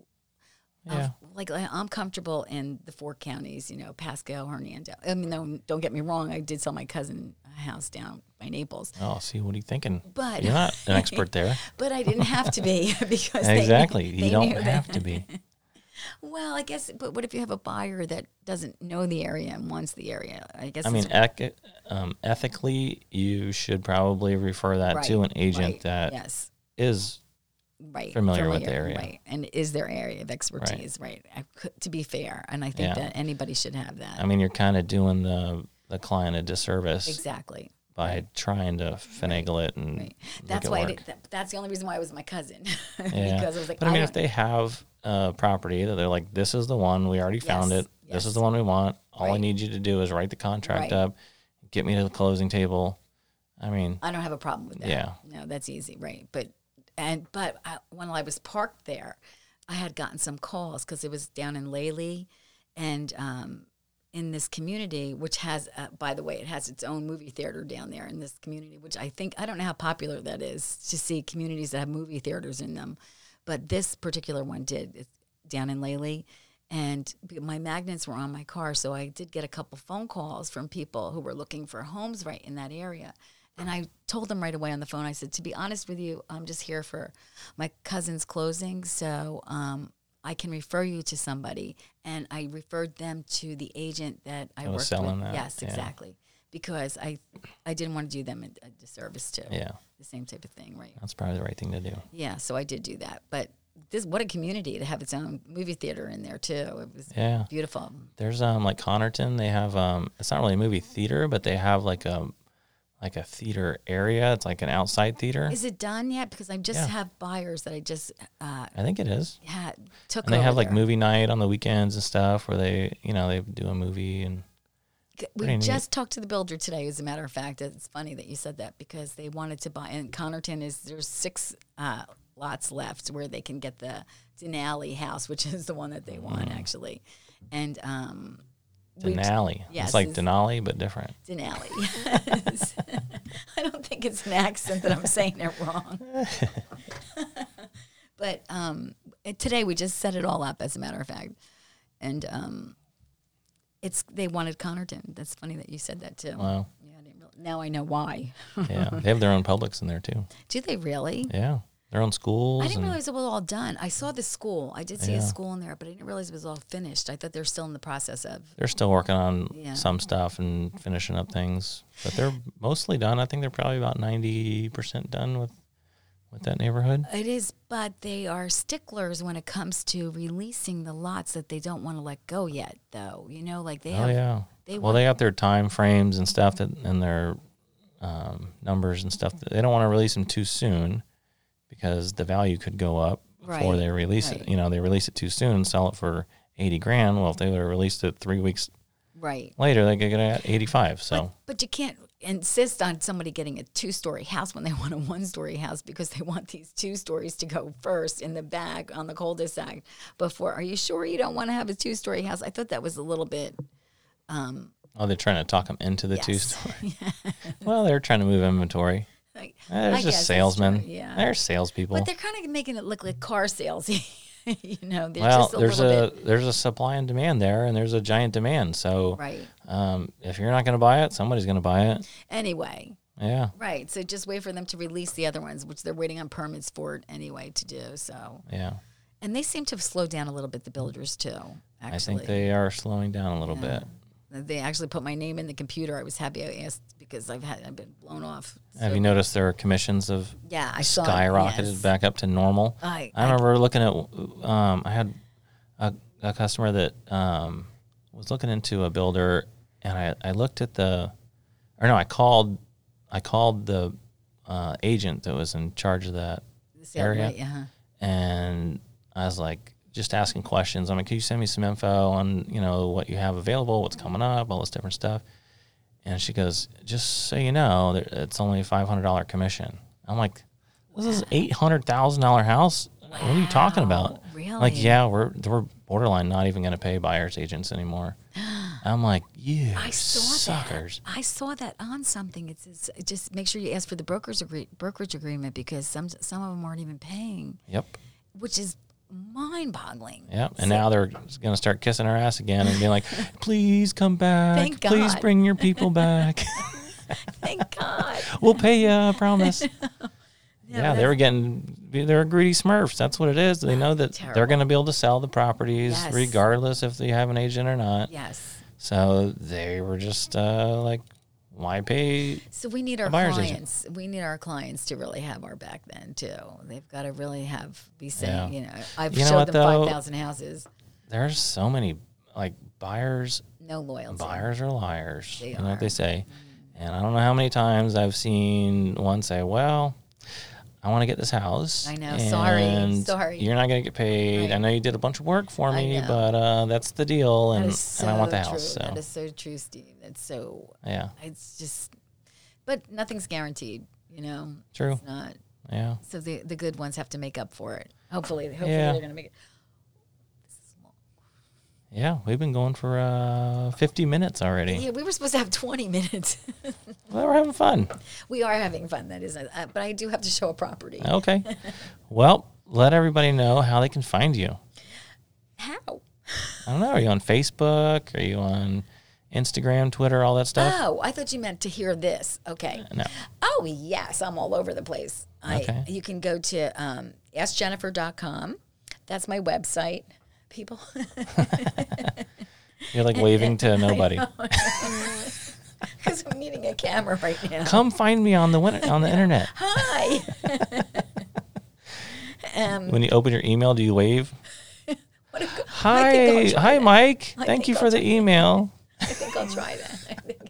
[SPEAKER 2] of-
[SPEAKER 1] Yeah.
[SPEAKER 2] like like, I'm comfortable in the four counties, you know, Pasco, Hernando. I mean, no, don't get me wrong. I did sell my cousin a house down by Naples,
[SPEAKER 1] Oh, see, what are you thinking?
[SPEAKER 2] but
[SPEAKER 1] You're not an expert there.
[SPEAKER 2] but I didn't have to be because they-
[SPEAKER 1] exactly.
[SPEAKER 2] they
[SPEAKER 1] you don't
[SPEAKER 2] knew that-
[SPEAKER 1] have to be.
[SPEAKER 2] Well, I guess, but what if you have a buyer that doesn't know the area and wants the area? I guess.
[SPEAKER 1] I
[SPEAKER 2] it's-
[SPEAKER 1] mean, ec- um, ethically, you should probably refer that to
[SPEAKER 2] Right,
[SPEAKER 1] an agent
[SPEAKER 2] right,
[SPEAKER 1] that is
[SPEAKER 2] yes. right
[SPEAKER 1] familiar with the area.
[SPEAKER 2] right and is their area of expertise right, I could, to be fair and i think
[SPEAKER 1] Yeah.
[SPEAKER 2] that anybody should have that
[SPEAKER 1] I mean, you're kind of doing the the client a disservice
[SPEAKER 2] exactly
[SPEAKER 1] by trying to finagle it and
[SPEAKER 2] right
[SPEAKER 1] make
[SPEAKER 2] that's
[SPEAKER 1] it
[SPEAKER 2] why I
[SPEAKER 1] work.
[SPEAKER 2] did, that, that's the only reason why i was my cousin
[SPEAKER 1] yeah.
[SPEAKER 2] because i was like
[SPEAKER 1] but I mean, if
[SPEAKER 2] don't-
[SPEAKER 1] they have a property that they're like, this is the one we already found
[SPEAKER 2] Yes,
[SPEAKER 1] it. This
[SPEAKER 2] yes.
[SPEAKER 1] is the one we want. All I
[SPEAKER 2] Right.
[SPEAKER 1] need you to do is write the contract
[SPEAKER 2] Right.
[SPEAKER 1] up, get me to the closing table. I mean,
[SPEAKER 2] i don't have a problem with that
[SPEAKER 1] Yeah.
[SPEAKER 2] no that's easy right but and but I, when i was parked there i had gotten some calls because it was down in Laley and um in this community, which has, uh, by the way, it has its own movie theater down there in this community, which I think, I don't know how popular that is to see communities that have movie theaters in them, but this particular one did it's down in Laley. And b- my magnets were on my car, so I did get a couple phone calls from people who were looking for homes right in that area. And I told them right away on the phone, I said, to be honest with you, I'm just here for my cousin's closing. So um, I can refer you to somebody. And I referred them to the agent that I
[SPEAKER 1] was
[SPEAKER 2] worked
[SPEAKER 1] selling
[SPEAKER 2] with.
[SPEAKER 1] that,
[SPEAKER 2] Yes,
[SPEAKER 1] yeah.
[SPEAKER 2] exactly. Because I, I didn't want to do them a, a disservice too.
[SPEAKER 1] yeah,
[SPEAKER 2] The same type of thing, right?
[SPEAKER 1] that's probably the right thing to do.
[SPEAKER 2] Yeah. So I did do that. But this, what a community to have its own movie theater in there too. It was
[SPEAKER 1] Yeah.
[SPEAKER 2] beautiful.
[SPEAKER 1] There's um like Connerton, they have um it's not really a movie theater, but they have like a like a theater area. It's like an outside theater.
[SPEAKER 2] Is it done yet? Because I just
[SPEAKER 1] Yeah.
[SPEAKER 2] have buyers that I just uh,
[SPEAKER 1] I think it is.
[SPEAKER 2] had took.
[SPEAKER 1] And they have
[SPEAKER 2] over
[SPEAKER 1] like
[SPEAKER 2] there.
[SPEAKER 1] movie night on the weekends and stuff where they, you know, they do a movie and
[SPEAKER 2] G- We
[SPEAKER 1] Pretty neat.
[SPEAKER 2] just talked to the builder today. As a matter of fact, it's funny that you said that because they wanted to buy. And Connerton is there's six uh, lots left where they can get the Denali house, which is the one that they want
[SPEAKER 1] Mm.
[SPEAKER 2] actually. And um, we-
[SPEAKER 1] Denali.
[SPEAKER 2] yes,
[SPEAKER 1] it's like
[SPEAKER 2] it's-
[SPEAKER 1] Denali, but different.
[SPEAKER 2] Denali. Yes. I don't think it's an accent that I'm saying it wrong. but um, it- today we just set it all up, as a matter of fact, and um, it's they wanted Connerton. That's funny that you said that too.
[SPEAKER 1] Wow.
[SPEAKER 2] Yeah, I didn't really, now I know why.
[SPEAKER 1] Yeah. they have their own Publix in there too.
[SPEAKER 2] Do they really?
[SPEAKER 1] Yeah. Their own schools.
[SPEAKER 2] I didn't
[SPEAKER 1] and-
[SPEAKER 2] realize it was all done. I saw the school. I did see a
[SPEAKER 1] Yeah.
[SPEAKER 2] school in there, but I didn't realize it was all finished. I thought they're still in the process of.
[SPEAKER 1] they're still working on
[SPEAKER 2] Yeah.
[SPEAKER 1] some stuff and finishing up things, but they're mostly done. I think they're probably about ninety percent done with with that neighborhood.
[SPEAKER 2] It is, but they are sticklers when it comes to releasing the lots that they don't want to let go yet, though. You know, like they
[SPEAKER 1] oh
[SPEAKER 2] have.
[SPEAKER 1] yeah.
[SPEAKER 2] they
[SPEAKER 1] well, they got their time frames and stuff that and their um, numbers and stuff. They don't want to release them too soon because the value could go up before
[SPEAKER 2] Right,
[SPEAKER 1] they release
[SPEAKER 2] right.
[SPEAKER 1] it. You know, they release it too soon, sell it for eighty grand. Well, if they would have released it three weeks
[SPEAKER 2] Right.
[SPEAKER 1] later, they could get it at eighty five. So.
[SPEAKER 2] But you can't insist on somebody getting a two story house when they want a one story house because they want these two stories to go first in the back on the cul de sac before. Are you sure you don't want to have a two story house? I thought that was a little bit.
[SPEAKER 1] Oh, they're trying to talk them into the two
[SPEAKER 2] Yes.
[SPEAKER 1] story. Well, they're trying to move inventory.
[SPEAKER 2] Like,
[SPEAKER 1] Eh, They're
[SPEAKER 2] I guess
[SPEAKER 1] just
[SPEAKER 2] that's
[SPEAKER 1] salesmen.
[SPEAKER 2] true, yeah.
[SPEAKER 1] They're salespeople.
[SPEAKER 2] But they're kind of making it look like car sales. you know, they're
[SPEAKER 1] well,
[SPEAKER 2] just a
[SPEAKER 1] there's
[SPEAKER 2] little
[SPEAKER 1] a
[SPEAKER 2] bit.
[SPEAKER 1] there's a supply and demand there, and there's a giant demand. So,
[SPEAKER 2] Right.
[SPEAKER 1] um, if you're not going to buy it, somebody's going to buy it.
[SPEAKER 2] Anyway.
[SPEAKER 1] Yeah,
[SPEAKER 2] Right. So just wait for them to release the other ones, which they're waiting on permits for it anyway to do. So,
[SPEAKER 1] yeah.
[SPEAKER 2] and they seem to have slowed down a little bit, the builders too. Actually,
[SPEAKER 1] I think they are slowing down a little bit.
[SPEAKER 2] They actually put my name in the computer. I was happy I asked because I've had I've been blown off.
[SPEAKER 1] Have
[SPEAKER 2] So-
[SPEAKER 1] you noticed their commissions have
[SPEAKER 2] yeah, I saw it,
[SPEAKER 1] skyrocketed
[SPEAKER 2] yes.
[SPEAKER 1] back up to normal?
[SPEAKER 2] I-
[SPEAKER 1] I remember looking at. Um, I had a, a customer that um, was looking into a builder, and I, I looked at the, or no, I called, I called the uh, agent that was in charge of that
[SPEAKER 2] The sale
[SPEAKER 1] area,
[SPEAKER 2] rate, uh-huh.
[SPEAKER 1] and I was like just asking questions. I'm like, can you send me some info on you know what you have available, what's coming up, all this different stuff? And she goes, just so you know, there- it's only five hundred dollar commission. I'm like, this is eight hundred thousand dollar house. What are you talking
[SPEAKER 2] Wow,
[SPEAKER 1] about? Like,
[SPEAKER 2] really?
[SPEAKER 1] yeah, we're we're borderline not even going to pay buyers agents anymore. I'm like, you
[SPEAKER 2] I saw that.
[SPEAKER 1] suckers.
[SPEAKER 2] I saw that on something. It's, it's just make sure you ask for the broker's agree, brokerage agreement because some some of them aren't even paying,
[SPEAKER 1] Yep.
[SPEAKER 2] which is mind boggling.
[SPEAKER 1] Yep. And now they're going to start kissing our ass again and being like, please come back.
[SPEAKER 2] Thank
[SPEAKER 1] Please
[SPEAKER 2] God."
[SPEAKER 1] bring your people back.
[SPEAKER 2] Thank God.
[SPEAKER 1] we'll pay you, I promise. yeah, they
[SPEAKER 2] that's- Ah,
[SPEAKER 1] were getting, they're greedy smurfs. That's what it is. They know that they're
[SPEAKER 2] Terrible.
[SPEAKER 1] going to be able to sell the properties
[SPEAKER 2] Yes.
[SPEAKER 1] regardless if they have an agent or not.
[SPEAKER 2] Yes.
[SPEAKER 1] So they were just uh, like, why pay?
[SPEAKER 2] So we need our
[SPEAKER 1] buyer's agent.
[SPEAKER 2] clients. We need our clients to really have our back then too. They've got to really have be
[SPEAKER 1] Yeah.
[SPEAKER 2] saying, you know, I've
[SPEAKER 1] You know
[SPEAKER 2] showed
[SPEAKER 1] what,
[SPEAKER 2] them
[SPEAKER 1] though?
[SPEAKER 2] five thousand houses,
[SPEAKER 1] There's so many like buyers
[SPEAKER 2] no loyalty.
[SPEAKER 1] Buyers are liars.
[SPEAKER 2] They
[SPEAKER 1] you know
[SPEAKER 2] are.
[SPEAKER 1] what they say. And I don't know how many times I've seen one say, Well, I want to get this house.
[SPEAKER 2] I know. Sorry.
[SPEAKER 1] and
[SPEAKER 2] Sorry."
[SPEAKER 1] You're not going to get paid. I
[SPEAKER 2] Right.
[SPEAKER 1] know you did a bunch of work for
[SPEAKER 2] I
[SPEAKER 1] me,
[SPEAKER 2] know.
[SPEAKER 1] but uh, that's the deal.
[SPEAKER 2] That
[SPEAKER 1] And,
[SPEAKER 2] is so
[SPEAKER 1] and I want the
[SPEAKER 2] true.
[SPEAKER 1] house.
[SPEAKER 2] That
[SPEAKER 1] So,
[SPEAKER 2] is so true, Steve. That's so.
[SPEAKER 1] yeah,
[SPEAKER 2] It's just, but nothing's guaranteed. You know,
[SPEAKER 1] True.
[SPEAKER 2] It's not.
[SPEAKER 1] yeah.
[SPEAKER 2] So the the good ones have to make up for it. Hopefully, hopefully
[SPEAKER 1] Yeah.
[SPEAKER 2] they're gonna make it.
[SPEAKER 1] Yeah, we've been going for uh, 50 minutes already.
[SPEAKER 2] Yeah, we were supposed to have twenty minutes.
[SPEAKER 1] Well, we're having fun.
[SPEAKER 2] we are having fun. That is, uh, but I do have to show a property.
[SPEAKER 1] Okay. well, let everybody know how they can find you.
[SPEAKER 2] How?
[SPEAKER 1] I don't know. Are you on Facebook? Are you on Instagram, Twitter, all that stuff?
[SPEAKER 2] Oh, I thought you meant to hear this. Okay.
[SPEAKER 1] Uh, no.
[SPEAKER 2] Oh, yes, I'm all over the place. I,
[SPEAKER 1] Okay.
[SPEAKER 2] You can go to um, askjennifer.com. That's my website. People,
[SPEAKER 1] You're like waving to nobody.
[SPEAKER 2] because I'm needing a camera right now.
[SPEAKER 1] come find me on the win- on the internet.
[SPEAKER 2] Hi.
[SPEAKER 1] When you open your email, do you wave?
[SPEAKER 2] What a go- I
[SPEAKER 1] Hi,
[SPEAKER 2] think I'll try
[SPEAKER 1] hi, Mike.
[SPEAKER 2] I
[SPEAKER 1] Thank you
[SPEAKER 2] think
[SPEAKER 1] for the email.
[SPEAKER 2] I think I'll try that. I think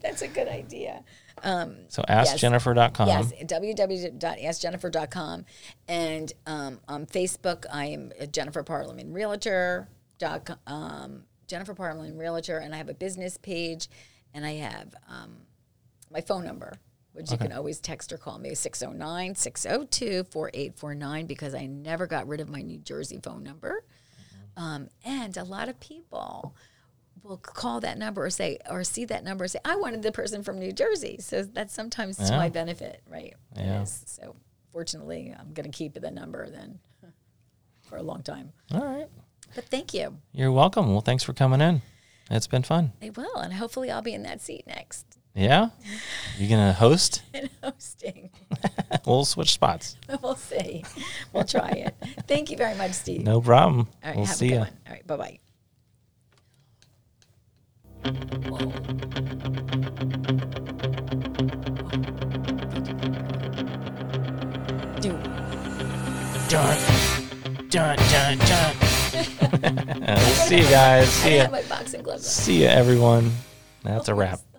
[SPEAKER 2] that's a good idea.
[SPEAKER 1] So askjennifer.com.
[SPEAKER 2] Yes, www.askjennifer.com. And um, on Facebook, I am Jennifer Parliament Realtor. Doc, um, Jennifer Parliament Realtor, and I have a business page, and I have um, my phone number, which you can always text or call me 609 602 4849 because I never got rid of my New Jersey phone number. Um, and a lot of people will call that number or say or see that number and say, I wanted the person from New Jersey. So that's sometimes to my benefit, right? It
[SPEAKER 1] Yeah.
[SPEAKER 2] is. So fortunately, I'm going to keep the number then for a long time.
[SPEAKER 1] All right.
[SPEAKER 2] But thank you.
[SPEAKER 1] You're welcome. Well, thanks for coming in. It's been fun.
[SPEAKER 2] They will, and hopefully I'll be in that seat next
[SPEAKER 1] Yeah. You gonna host?
[SPEAKER 2] in hosting.
[SPEAKER 1] we'll switch spots.
[SPEAKER 2] we'll see. We'll try it. Thank you very much, Steve.
[SPEAKER 1] No problem.
[SPEAKER 2] All right,
[SPEAKER 1] we'll
[SPEAKER 2] have
[SPEAKER 1] see
[SPEAKER 2] a good
[SPEAKER 1] you.
[SPEAKER 2] one. All right, bye bye. Dude,
[SPEAKER 1] Dun, dun, dun, dun. we'll see you guys.
[SPEAKER 2] I
[SPEAKER 1] See
[SPEAKER 2] didn't
[SPEAKER 1] ya.
[SPEAKER 2] have my boxing gloves on.
[SPEAKER 1] See ya, everyone. That's uh, a wrap.